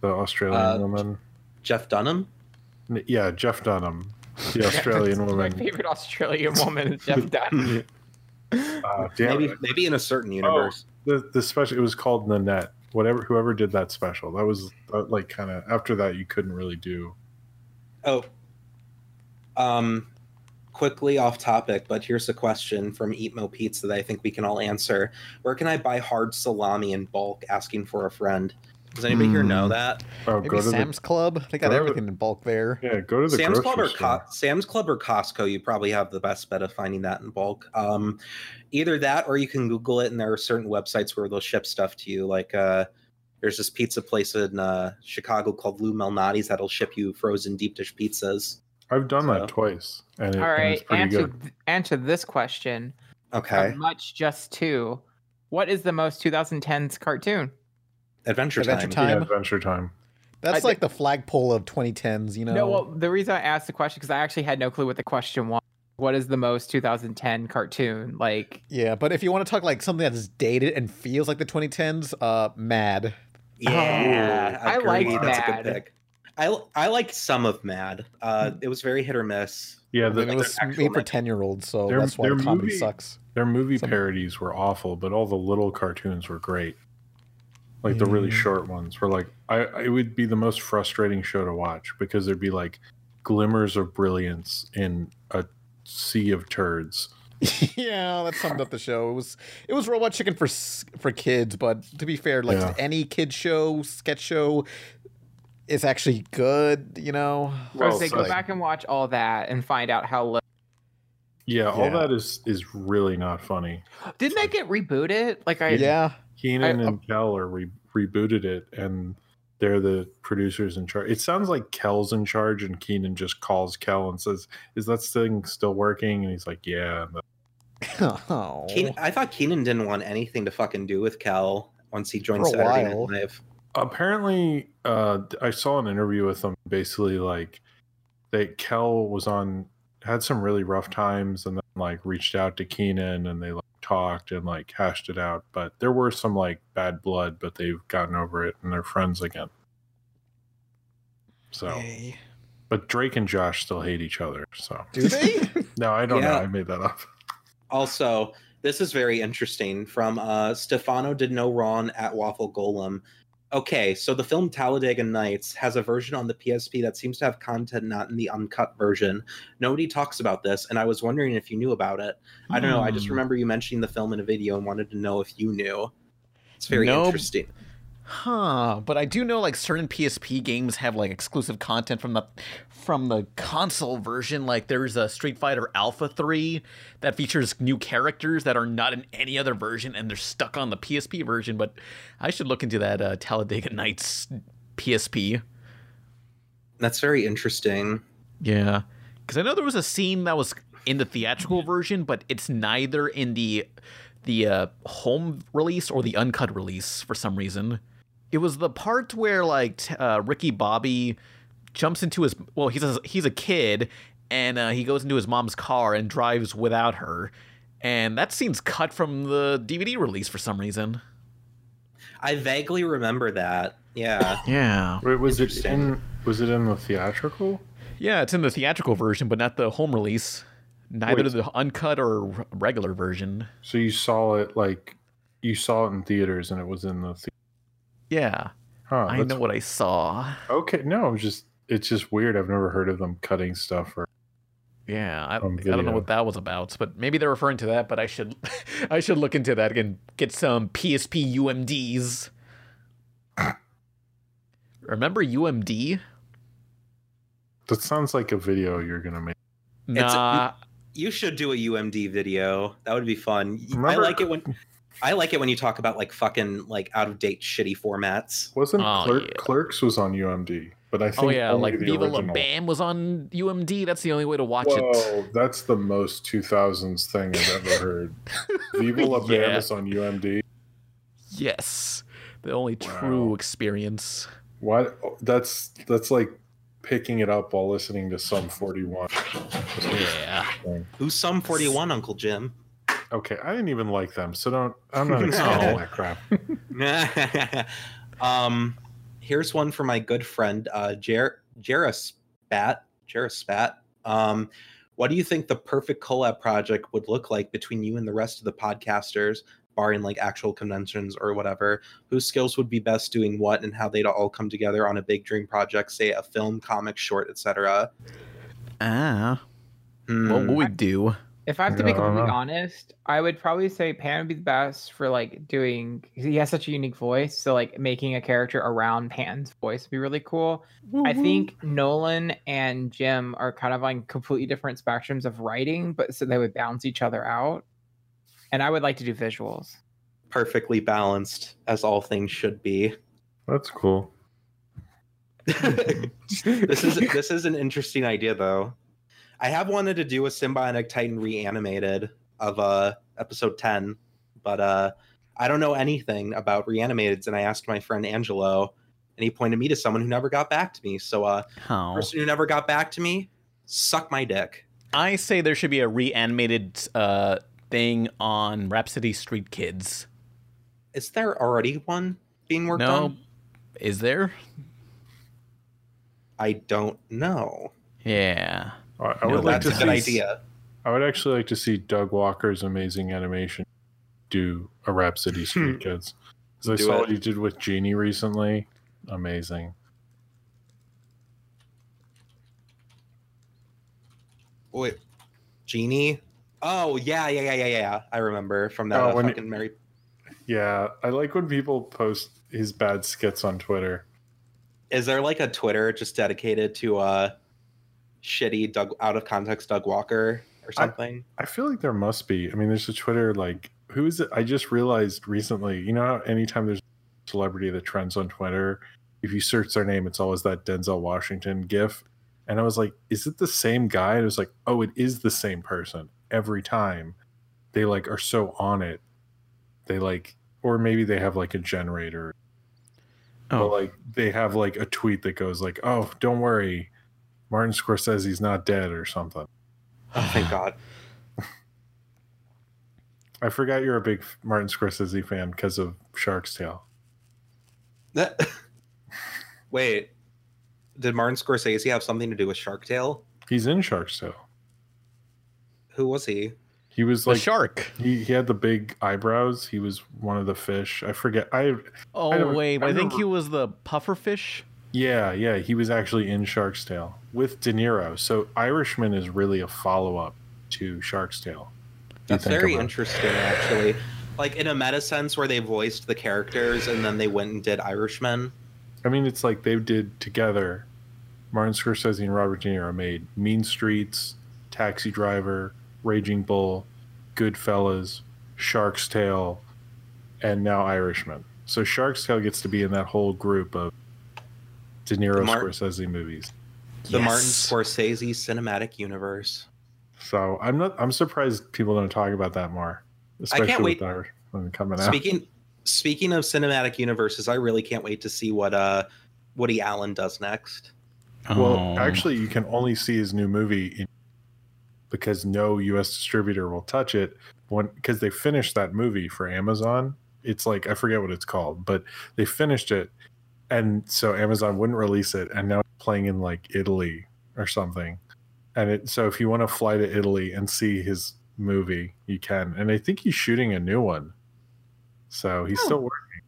C: The Australian
E: Uh,
C: woman.
E: Jeff Dunham.
C: N- Yeah, Jeff Dunham, the Australian
B: My
C: woman.
B: favorite Australian woman is Jeff Dunn.
I: <laughs>
D: <laughs>
C: Uh, damn Oh.
E: maybe
C: it.
E: maybe in a certain universe.
C: the the special it was called the net whatever whoever did that special that was uh, like kind of after that you couldn't really do
E: Oh. Um quickly off topic, but here's a question from Eat Mo Pizza that I think we can all answer. Where can I buy hard salami in bulk asking for a friend? Does anybody here know that?
C: oh
D: Maybe
C: go to
D: Sam's Club. They got
C: go to the-
D: everything in bulk there.
C: the yeah go to the
E: Sam's
C: grocery
E: Club or
C: store.
E: Co- Sam's Club or Costco, you probably have the best bet of finding that in bulk. Um, either that or you can Google it, and there are certain websites where they'll ship stuff to you. Like uh, there's this pizza place in uh, Chicago called Lou Malnati's that'll ship you frozen deep dish pizzas.
C: i've done
E: So.
C: that twice and, it,
B: All
C: and
B: right,
C: it's pretty
B: answer
C: good
B: th- answer this question.
E: Okay,
B: From Much just two. What is the most 2010s cartoon?
E: Adventure,
D: Adventure
E: Time.
D: Time.
C: yeah, adventure time
D: That's
B: I
D: like the flagpole of 2010s, you know?
B: No, well, the reason I asked the question because I actually had no clue what the question was. What is the most 2010 cartoon? Like,
D: yeah, but if you want to talk like something that's dated and feels like the 2010s, uh, Mad.
E: Yeah,
D: Oh,
B: I like
E: agree.
B: Mad.
E: pick. I I like some of Mad.
D: Hmm.
E: Uh, it was very hit or miss.
C: yeah
D: And it
C: the,
D: was
E: actual
D: made for
E: Mad.
D: 10 year olds, so
C: Their-
D: that's why
C: their
D: the comedy
C: movie-
D: sucks. <laughs>
C: their movie
D: Some-
C: parodies were awful but all the little cartoons were great like the really short ones were like i it would be the most frustrating show to watch because there'd be like glimmers of brilliance in a sea of turds
D: yeah, that summed up the show. It was it was Robot Chicken for s- for kids, but to be fair, like
C: Yeah.
D: any kid show, sketch show is actually good, you know.
B: I would say go
C: so-
B: back and watch all that and find out how. Low.
C: Yeah, all
D: Yeah.
C: that is is really not funny.
B: Didn't that get rebooted? Like, I
D: Yeah. <laughs>
C: Keenan
B: I-
C: and Kel are re- rebooted it, and they're the producers in charge. It sounds like Kel's in charge, and Keenan just calls Kel and says, "Is that thing still working?" And he's like, "Yeah." And the-
D: Oh.
E: Keenan, I thought Keenan didn't want anything to fucking do with Cal once he joined
D: For a
E: Saturday Night
D: while.
E: Live.
C: Apparently, uh, I saw an interview with them. Basically, like that Kel was on had some really rough times, and then like reached out to Keenan, and they like talked and like hashed it out. But there were some like bad blood, but they've gotten over it, and they're friends again. So.
D: Yay.
C: But Drake and Josh still hate each other. So
D: Do they?
C: no, I don't
E: Yeah.
C: know. I made that up.
E: Also, this is very interesting from uh, Stefano did no wrong at Waffle Golem. Okay, so the film Talladega Nights has a version on the PSP that seems to have content not in the uncut version. Nobody talks about this, and I was wondering if you knew about it. I don't know. I just
C: Hmm.
E: remember you mentioning the film in a video and wanted to know if you knew. It's very
D: Nope.
E: interesting.
D: huh, but I do know like certain PSP games have like exclusive content from the from the console version. Like there's a Street Fighter Alpha 3 that features new characters that are not in any other version and they're stuck on the PSP version, but I should look into that uh, Talladega Nights PSP.
E: That's very interesting.
D: Yeah. Cuz I know there was a scene that was in the theatrical version, but it's neither in the the uh, home release or the uncut release for some reason. It was the part where like t- uh, Ricky Bobby jumps into his well, he's a, he's a kid and uh, he goes into his mom's car and drives without her. And that scene's cut from the DVD release for some reason.
E: I vaguely remember that. Yeah.
D: Yeah.
C: Wait, was it
E: Interesting.
C: in? Was it in the theatrical?
D: Yeah, it's in the theatrical version, but not the home release. Neither
C: Wait.
D: the uncut or r- regular version.
C: So you saw it like you saw it in theaters, and it was in the. The-
D: Yeah.
C: huh,
D: I
C: that's-
D: know what I saw.
C: Okay, no, it's just it's just weird. I've never heard of them cutting stuff. Or
D: Yeah, I, I
C: On
D: don't know
C: video.
D: what that was about, but maybe they're referring to that. But I
K: <laughs>
D: should, I should look into that and get some PSP UMDs. Remember UMD?
C: that sounds like a video you're gonna make.
D: Nah,
E: You should do a UMD video. That would be fun. Y-
C: Remember-
E: I like it when I like it when you talk about like fucking like out of date shitty formats.
C: Wasn't
D: Oh,
C: Clerk,
D: yeah.
C: Clerks was on UMD? But I think
H: Oh yeah,
C: only
H: like
C: the
H: Viva La
C: original-
H: Bam was on UMD. That's the only way to watch it.
C: Whoa, that's the most 2000s thing I've ever
H: <laughs>
C: heard. Viva La Bam
H: Yeah.
C: is on UMD.
H: Yes, the only true
C: Wow.
H: experience.
C: What? That's that's like picking it up while listening to some 41.
H: Yeah.
E: Who's some 41, Uncle Jim?
C: Okay, I didn't even like them, so don't.
H: <laughs>
C: I'm not expecting that crap.
E: <laughs> um, here's one for my good friend uh, Jer- Jeraspat. Jeraspat. Um, what do you think the perfect collab project would look like between you and the rest of the podcasters, barring like actual conventions or whatever? Whose skills would be best doing what, and how they'd all come together on a big dream project, say a film, comic, short, etc.
H: Ah,
E: Hmm.
H: what would we do?
B: If I have to
C: Yeah,
B: be
C: I don't
B: completely
C: know.
B: honest, I would probably say Pan would be the best for like doing. 'cause He has such a unique voice, so like making a character around Pan's voice would be really cool. I think Nolan and Jim are kind of on completely different spectrums of writing, but so they would bounce each other out. And I would like to do visuals.
E: perfectly balanced as all things should be.
C: That's cool.
E: <laughs> this is this is an interesting idea though. I have wanted to do a symbiotic titan reanimated of uh episode 10, but uh I don't know anything about reanimated and I asked my friend Angelo and he pointed me to someone who never got back to me. So uh
C: Oh.
H: How?
E: person who never got back to me, suck my dick.
K: I say there should be a reanimated uh, thing on Rhapsody Street Kids.
E: Is there already one being worked
K: No,
E: on?
K: is there?
E: I don't know.
K: Yeah.
C: I, I
K: No,
C: would like
E: That's
C: to
E: a
C: see.
E: good idea.
C: I would actually like to see Doug Walker's amazing animation do a <laughs> Rhapsody Street Kids. Because I
E: Do
C: saw
E: it.
C: what he did with Genie recently. Amazing.
E: Wait, Genie? Oh yeah, yeah, yeah, yeah, yeah. I remember from that
C: Oh,
E: uh,
C: when-
E: fucking Mary.
C: Yeah, I like when people post his bad skits on Twitter.
E: Is there like a Twitter just dedicated to uh shitty Doug out of context Doug Walker or something?
C: I feel like there must be. I mean, there's a Twitter like who is it? I just realized recently. You know, how anytime there's a celebrity that trends on Twitter, if you search their name, it's always that Denzel Washington gif. And I was like, is it the same guy? And it was like, oh, it is the same person every time. They like are so on it. They like, or maybe they have like a generator.
K: Oh.
C: But like they have like a tweet that goes like, oh, don't worry, Martin Scorsese's not dead or something.
E: Oh,
C: <sighs>
E: Thank God. <laughs>
C: I forgot you're a big Martin Scorsese fan because of Shark's Tale.
E: That- Wait, did Martin Scorsese have something to do with Shark Tale?
C: He's in Shark's Tale.
E: Who was he?
C: He was
K: The
C: like
K: shark.
C: he, he had the big eyebrows. He was one of the fish. I forget. I I
K: Oh
C: don't-
K: wait,
C: I
K: I, think
C: remember-
K: he was the pufferfish.
C: yeah yeah. He was actually in Shark's Tale with De Niro. So Irishman is really a follow up to Shark's Tale. if you
E: That's
C: think
E: very
C: about it.
E: interesting, actually. Like in a meta sense, where they voiced the characters and then they went and did Irishmen.
C: I mean, it's like they did together. Martin Scorsese and Robert De Niro made Mean Streets, Taxi Driver, Raging Bull, Goodfellas, Shark's Tale, and now Irishman. So Shark's Tale gets to be in that whole group of De Niro
E: Mar-
C: Scorsese movies.
E: The Martin
K: Yes.
E: Scorsese cinematic universe.
C: So I'm not. I'm surprised people don't talk about that more.
E: can't
C: Especially
E: wait-
C: with Irishman coming out.
E: Speaking speaking of cinematic universes, I really can't wait to see what uh Woody Allen does next.
K: Oh.
C: Well, actually, you can only see his new movie in, because no U.S. distributor will touch it. When because they finished that movie for Amazon, it's like I forget what it's called, but they finished it, and so Amazon wouldn't release it, and now it's playing in like Italy or something. And it so if you want to fly to Italy and see his movie, you can. And I think he's shooting a new one, so he's still working.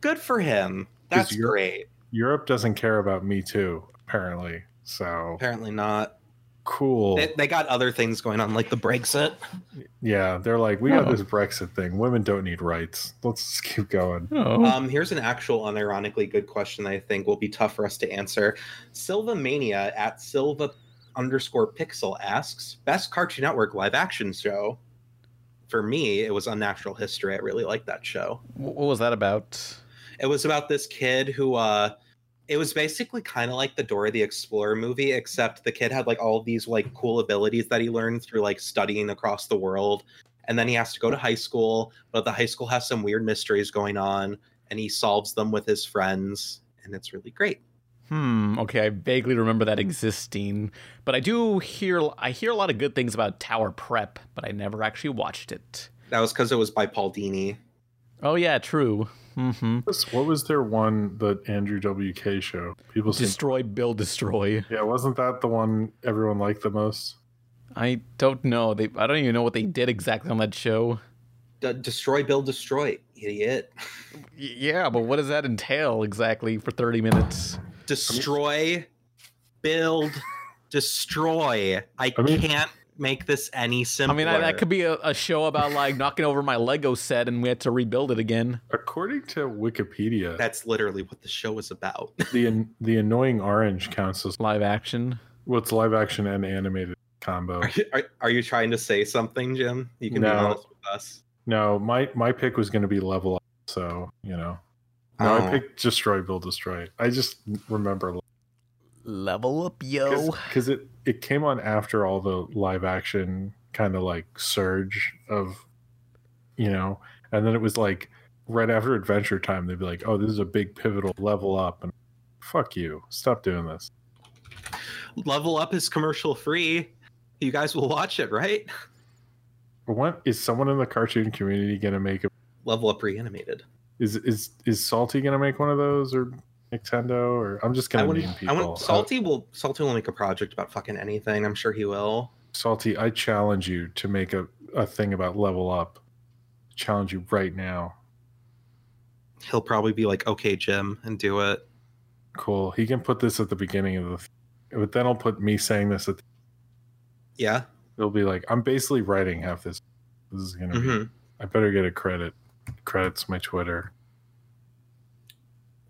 E: Good for him.
C: Does
E: That's
C: Europe-
E: great.
C: Europe doesn't care about Me Too apparently. So
E: Apparently not.
C: cool.
E: They, they got other things going on, like the Brexit.
C: Yeah, they're like, we got
K: Oh.
C: this Brexit thing. Women don't need rights. Let's just keep going.
K: Oh.
E: Um, here's an actual, unironically good question that I think will be tough for us to answer. Silvamania at Silva underscore Pixel asks best Cartoon Network live action show. For me, it was Unnatural History. I really liked that show.
H: Wh- What was that about?
E: It was about this kid who uh it was basically kind of like the Dora the Explorer movie, except the kid had like all these like cool abilities that he learned through like studying across the world. And then he has to go to high school, but the high school has some weird mysteries going on and he solves them with his friends. And it's really great.
K: Hmm. Okay, I vaguely remember that existing, but I do hear I hear a lot of good things about Tower Prep, but I never actually watched it.
E: That was because it was by Paul Dini.
K: Oh yeah, true. Mm-hmm.
C: What was their one that Andrew WK show? People seem-
K: Destroy, build, destroy.
C: yeah, wasn't that the one everyone liked the most?
K: I don't know. They I don't even know what they did exactly on that show.
E: D- destroy, build, destroy, idiot. <laughs>
K: Y- yeah, but what does that entail exactly for thirty minutes?
E: Destroy, build, destroy. I,
C: I mean-
E: can't make this any
K: I
E: simpler.
K: mean, I, that could be a, a show about like knocking over my Lego set and we had to rebuild it again.
C: According to Wikipedia,
E: That's literally what the show is about.
C: the an- the annoying orange counts as
K: Live action.
C: what's live action and animated combo.
E: Are you, <laughs> are, are you trying to say something, Jim? You can be
C: No.
E: honest with us.
C: No, my my pick was going to be level up, so you know. No, I
E: Oh.
C: picked destroy, build, destroy. I just remember
H: Level up, yo.
C: because it it came on after all the live action kind of like surge of you know and then it was like right after adventure time they'd be like oh this is a big pivotal level up and fuck you stop doing this
E: Level Up is commercial free. You guys will watch it, right?
C: but what is someone in the cartoon community gonna make a,
E: Level Up reanimated.
C: is is is salty gonna make one of those or nintendo or i'm just
E: I
C: gonna
E: want,
C: name people
E: I want Salty will Salty will make a project about fucking anything. I'm sure he will.
C: Uh, Salty, I challenge you to make a, a thing about level up. Challenge you right now.
E: He'll probably be like, "Okay, Jim," and do it.
C: Cool. He can put this at the beginning of the, th- but then I'll put me saying this. At the,
E: Yeah.
C: it'll be like I'm basically writing half this. This is
K: Mm-hmm.
C: gonna. Be,
E: hmm
C: I better get a credit. Credits my Twitter.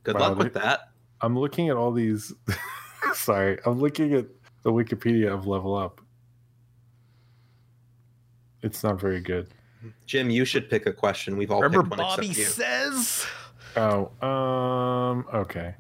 E: Good
C: Wow,
E: luck with that.
C: I'm looking at all these. <laughs> sorry, I'm looking at the Wikipedia of Level Up. It's not very good.
E: Jim, you should pick a question. We've all
H: Remember
E: picked one
H: Bobby
E: except you.
H: says?
C: Oh, um, okay.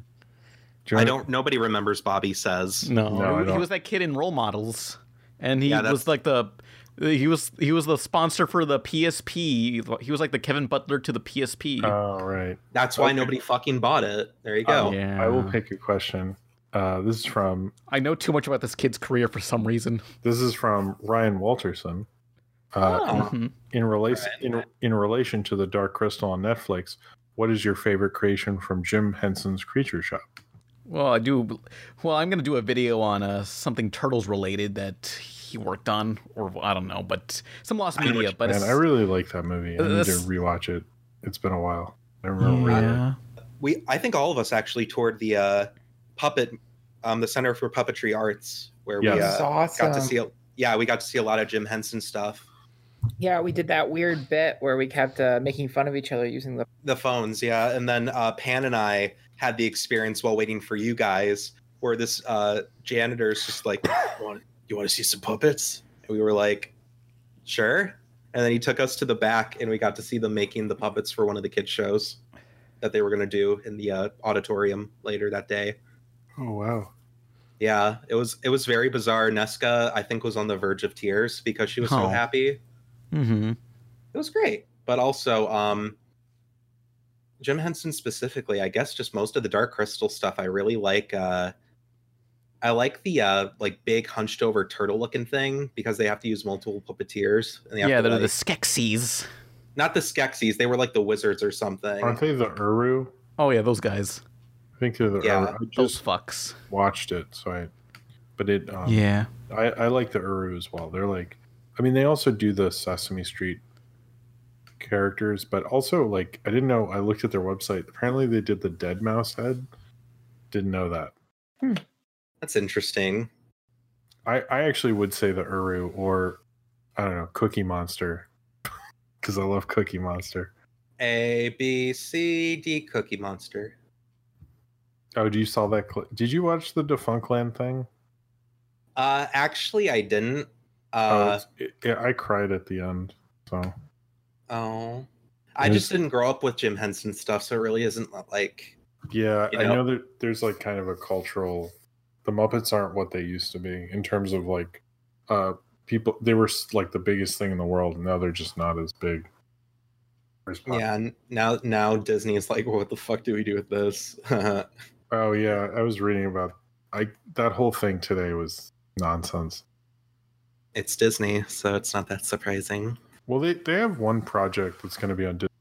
C: Do you
E: I
C: wanna-
E: don't. Nobody remembers. Bobby says.
K: No,
C: No, I
K: he
C: don't.
K: was that kid in Role Models, and he
E: Yeah, that's-
K: was like the he was he was the sponsor for the PSP. He was like the Kevin Butler to the PSP.
C: Oh, right.
E: That's why
C: Okay.
E: nobody fucking bought it. There you go.
K: yeah,
C: I will pick a question. Uh, this is from
K: I know too much about this kid's career for some reason.
C: this is from Ryan Walterson. Uh,
E: Oh.
K: Mhm.
C: in, in relation
E: Ryan.
C: in, in relation to the Dark Crystal on Netflix, what is your favorite creation from Jim Henson's Creature Shop?
K: Well, I do. Well, I'm gonna do a video on uh, something turtles related that he worked on, or I don't know, but some lost
E: I know what
K: media.
E: you-
K: But
C: Man,
K: it's,
C: I really like that movie. I need to
K: This-
C: rewatch it. It's been a while. I remember. it.
K: yeah.
E: We. I think all of us actually toured the uh, puppet, um, the Center for Puppetry Arts, where we
C: Yes.
E: uh,
B: It's awesome.
E: got to see. A, yeah, we got to see a lot of Jim Henson stuff.
B: yeah, we did that weird bit where we kept uh, making fun of each other using the.
E: The phones, yeah. And then uh, Pan and I had the experience while waiting for you guys, where this uh, janitor is just like, you want, "You want to see some puppets?" And we were like, "Sure." And then he took us to the back, and we got to see them making the puppets for one of the kids shows that they were going to do in the uh, auditorium later that day.
C: Oh wow.
E: Yeah, it was it was very bizarre. Nesca, I think, was on the verge of tears because she was so
K: Oh.
E: happy.
K: Mm-hmm.
E: it was great but also um jim henson specifically i guess just most of the dark crystal stuff i really like uh i like the uh like big hunched over turtle looking thing because they have to use multiple puppeteers and they have
K: Yeah,
E: to,
K: they're the
E: like-
K: Skeksis.
E: not the skexies they were like the wizards or something
C: Aren't they the Uru?
K: Oh yeah, those guys.
C: I think they're the
E: Yeah.
C: Uru. I
K: Those
C: just
K: fucks.
C: watched it, so I. But it. Um,
K: Yeah.
C: I, I like the Uru as well. They're like, I mean, they also do the Sesame Street characters, but also like, I didn't know. I looked at their website. Apparently, they did the Dead Mouse head. Didn't know that.
E: that's interesting
C: I I actually would say the Uru or I don't know Cookie Monster <laughs> because I love Cookie Monster.
E: a b c d cookie monster
C: Oh, do you saw that? Cl- did you watch the Defunctland thing?
E: uh actually i didn't
C: oh,
E: uh
C: it's- it, it, I cried at the end. So
E: oh i
C: It
E: just didn't grow up with jim henson stuff so it really isn't like
C: Yeah,
E: You
C: I
E: know?
C: know that there's like kind of a cultural. The Muppets aren't what they used to be in terms of like uh people. They were s- like the biggest thing in the world, and now they're just not as big. Or as pop-
E: Yeah, and now now Disney is like, what the fuck do we do with this? <laughs>
C: Oh yeah, I was reading about I that whole thing today was nonsense.
E: it's Disney, so it's not that surprising.
C: Well, they they have one project that's going to be on. Disney.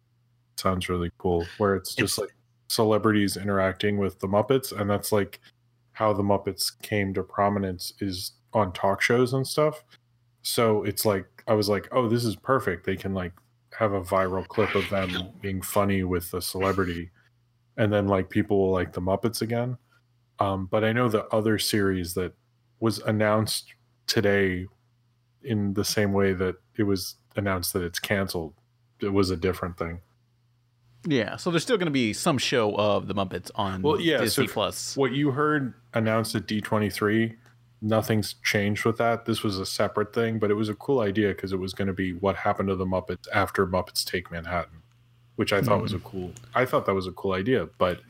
C: Sounds really cool. Where it's just
E: It's-
C: like celebrities interacting with the Muppets, and that's like how the Muppets came to prominence is on talk shows and stuff. So it's like I was like, oh, this is perfect. They can like have a viral clip of them being funny with the celebrity, and then like people will like the Muppets again. Um, but I know the other series that was announced today in the same way that it was announced that it's canceled. It was a different thing.
K: Yeah, so there's still going to be some show of the Muppets on
C: Well, yeah,
K: Disney
C: so-
K: Plus.
C: What you heard announced at D23, nothing's changed with that. This was a separate thing, but it was a cool idea because it was going to be what happened to the Muppets after Muppets Take Manhattan, which I thought was a cool. I thought that was a cool idea, but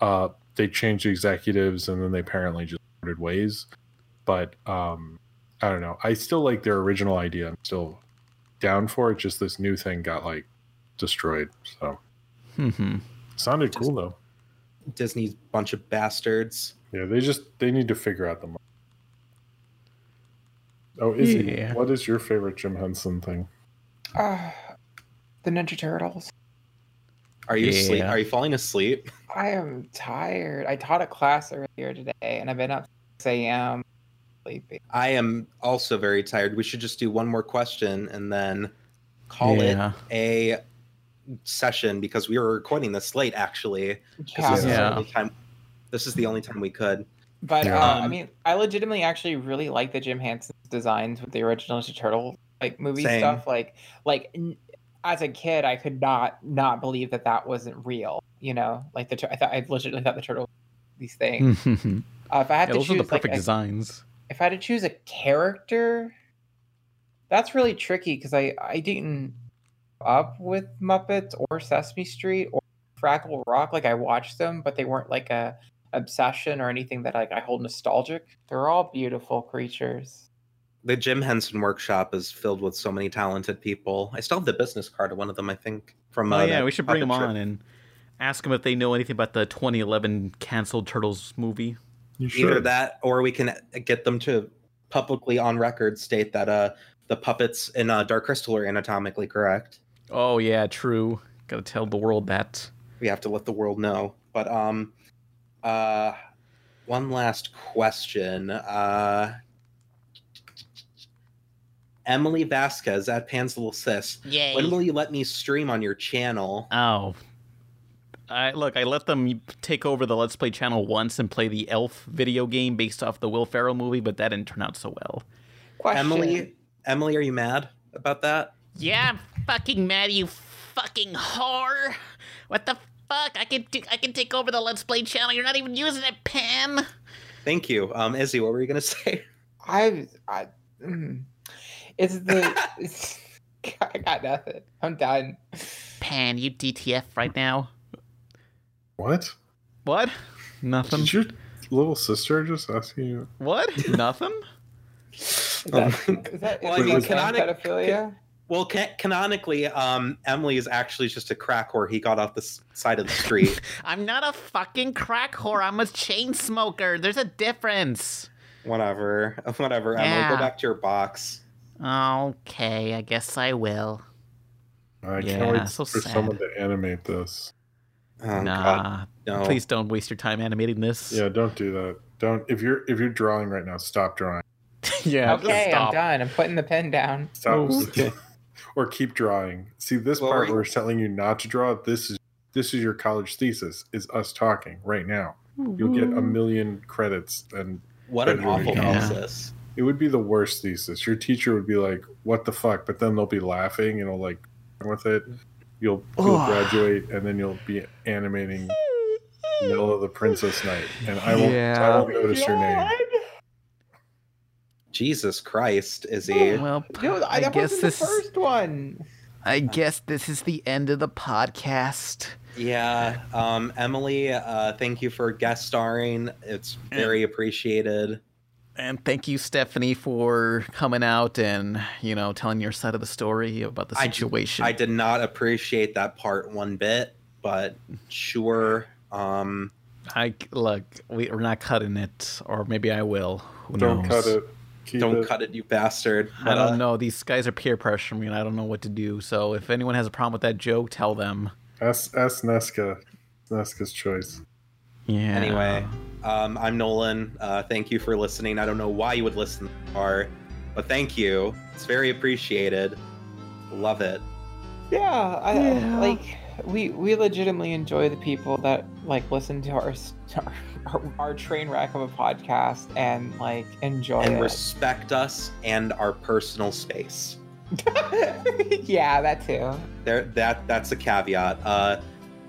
C: uh, they changed the executives and then they apparently just parted ways. But um, I don't know. I still like their original idea. I'm still down for it. Just this new thing got like destroyed. So
K: Mm-hmm.
C: sounded cool though.
E: Disney's bunch of bastards.
C: Yeah, they just they need to figure out the. mo- Oh, Izzy,
K: Yeah.
C: what is your favorite Jim Henson thing?
B: Uh, the Ninja Turtles.
E: Are you asleep?
K: Yeah.
E: Are you falling asleep?
B: I am tired. I taught a class earlier today, and I've been up since 6 a.m. Sleepy.
E: I am also very tired. We should just do one more question and then call
K: yeah.
E: it a session because we were recording this late actually. 'cause This, is
K: Yeah.
E: the only time, this is the only time we could.
B: But
C: Yeah.
B: uh, I
E: Um,
B: mean, I legitimately actually really like the Jim Hansen's designs with the original Ninja Turtle like movie
E: Same.
B: stuff. Like, like n- as a kid, I could not not believe that that wasn't real. You know, like the tur- I thought I legitimately thought the turtle these <laughs> things.
K: Mhm.
B: Uh, if I had to
K: Yeah, those are
B: choose,
K: the perfect
B: like, a-
K: designs.
B: if I had to choose a character, that's really tricky because I I didn't up with Muppets or Sesame Street or Fraggle Rock. Like I watched them, but they weren't like a obsession or anything that like I hold nostalgic. They're all beautiful creatures.
E: The Jim Henson workshop is filled with so many talented people. I still have the business card of one of them, I think. From
K: Oh
E: uh,
K: yeah,
E: that
K: we should bring
E: puppet
K: them
E: trip.
K: on and ask them if they know anything about the 2011 canceled Turtles movie.
C: You
E: Either that, or we can uh, get them to publicly on record state that uh, the puppets in uh, Dark Crystal are anatomically correct.
K: Oh yeah, true. Got to tell the world that.
E: We have to let the world know. But um, uh, one last question. Uh, Emily Vasquez at Pan's Little Sis.
L: Yay.
E: When will you let me stream on your channel?
K: Oh. I look, I let them take over the Let's Play channel once and play the Elf video game based off the Will Ferrell movie, but that didn't turn out so well.
B: Question.
E: Emily, Emily, are you mad about that?
L: Yeah, I'm fucking mad, you fucking whore. What the fuck? I can do. I can take over the Let's Play channel. You're not even using it, Pam.
E: Thank you. Um, Izzy, what were you gonna <laughs> say?
B: I I mm, it's
E: <laughs>
B: the it's, I got nothing. I'm done.
L: Pam, you DTF right now.
C: What
K: What? Nothing.
C: did your little sister just ask you?
E: <laughs>
K: What? Nothing?
B: Is
E: Oh
B: that,
E: my
B: is that,
E: Well,
B: is
E: I
B: that
E: mean,
B: gang
E: canonic-
B: pedophilia?
E: <laughs> Well, ca- canonically, um, Emily is actually just a crack whore. He got off the s- side of the
K: <laughs>
E: street.
L: I'm not a fucking crack whore. I'm a chain smoker. There's a difference.
E: whatever, <laughs> whatever. Emily,
L: Yeah.
E: go back to your box.
L: Okay, I guess I will.
C: I
K: Yeah,
C: can't wait
K: so
C: for
K: sad.
C: someone to animate this.
E: Oh God,
K: nah.
E: no!
K: Please don't waste your time animating this. <laughs>
C: Yeah, don't do that. Don't if you're if you're drawing right now, stop drawing.
K: yeah. just
B: Okay, I'm
K: stop.
B: done. I'm putting the pen down.
C: Stop. <laughs>
K: Okay.
C: or keep drawing. See this
E: Well,
C: part
E: we-
C: where we're telling you not to draw. This is this is your college thesis. Is us talking right now. You'll get a million credits and
E: What an
C: February
E: awful
K: count.
E: thesis.
C: It would be the worst thesis. Your teacher would be like, "What the fuck?" But then they'll be laughing, you know, like with it. You'll, you'll graduate, and then you'll be animating Nilla the Princess Knight, and I won't. I
K: Yeah.
C: won't notice your name.
E: Jesus Christ, Izzy.
K: Oh, Well,
B: Dude, I,
K: I
B: that
K: guess
B: wasn't
K: this
B: the first one.
K: I guess this is the end of the podcast.
E: Yeah, um, Emily, uh, thank you for guest starring. It's very appreciated.
H: And thank you, Stephanie, for coming out and you know telling your side of the story about the
E: I-
H: situation.
E: I, did not appreciate that part one bit, but sure. Um,
K: I look. We, we're not cutting it, or maybe I will. Who
E: Don't
K: knows?
E: cut it. Keep Don't it. cut it, you bastard.
K: I
E: Uh,
K: don't know. These guys are peer pressuring me, and I don't know what to do. So if anyone has a problem with that joke, tell them.
C: Ask, ask Nesca. Nesca's choice.
K: Yeah.
E: Anyway, um, I'm Nolan. Uh, thank you for listening. I don't know why you would listen to far, but thank you. It's very appreciated. Love it.
B: Yeah, I,
E: Yeah.
B: like we we legitimately enjoy the people that like listen to our s- <laughs> to our, our train wreck of a podcast and like enjoy
E: and
B: it.
E: respect us and our personal space.
B: <laughs> yeah, that too.
E: There, that that's a caveat. Uh,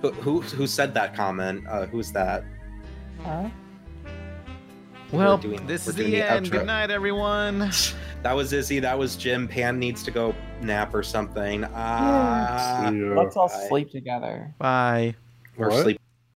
E: who, who who said that comment? Uh, who's that?
B: Huh?
H: Well,
E: We're doing-
H: this
E: we're
H: is the,
E: doing the
H: end.
E: outro.
H: Good night, everyone.
E: That was Izzy. That was Jim. Pan needs to go nap or something. Uh,
B: Let's all sleep together.
H: Bye.
E: Or
C: What?
E: sleep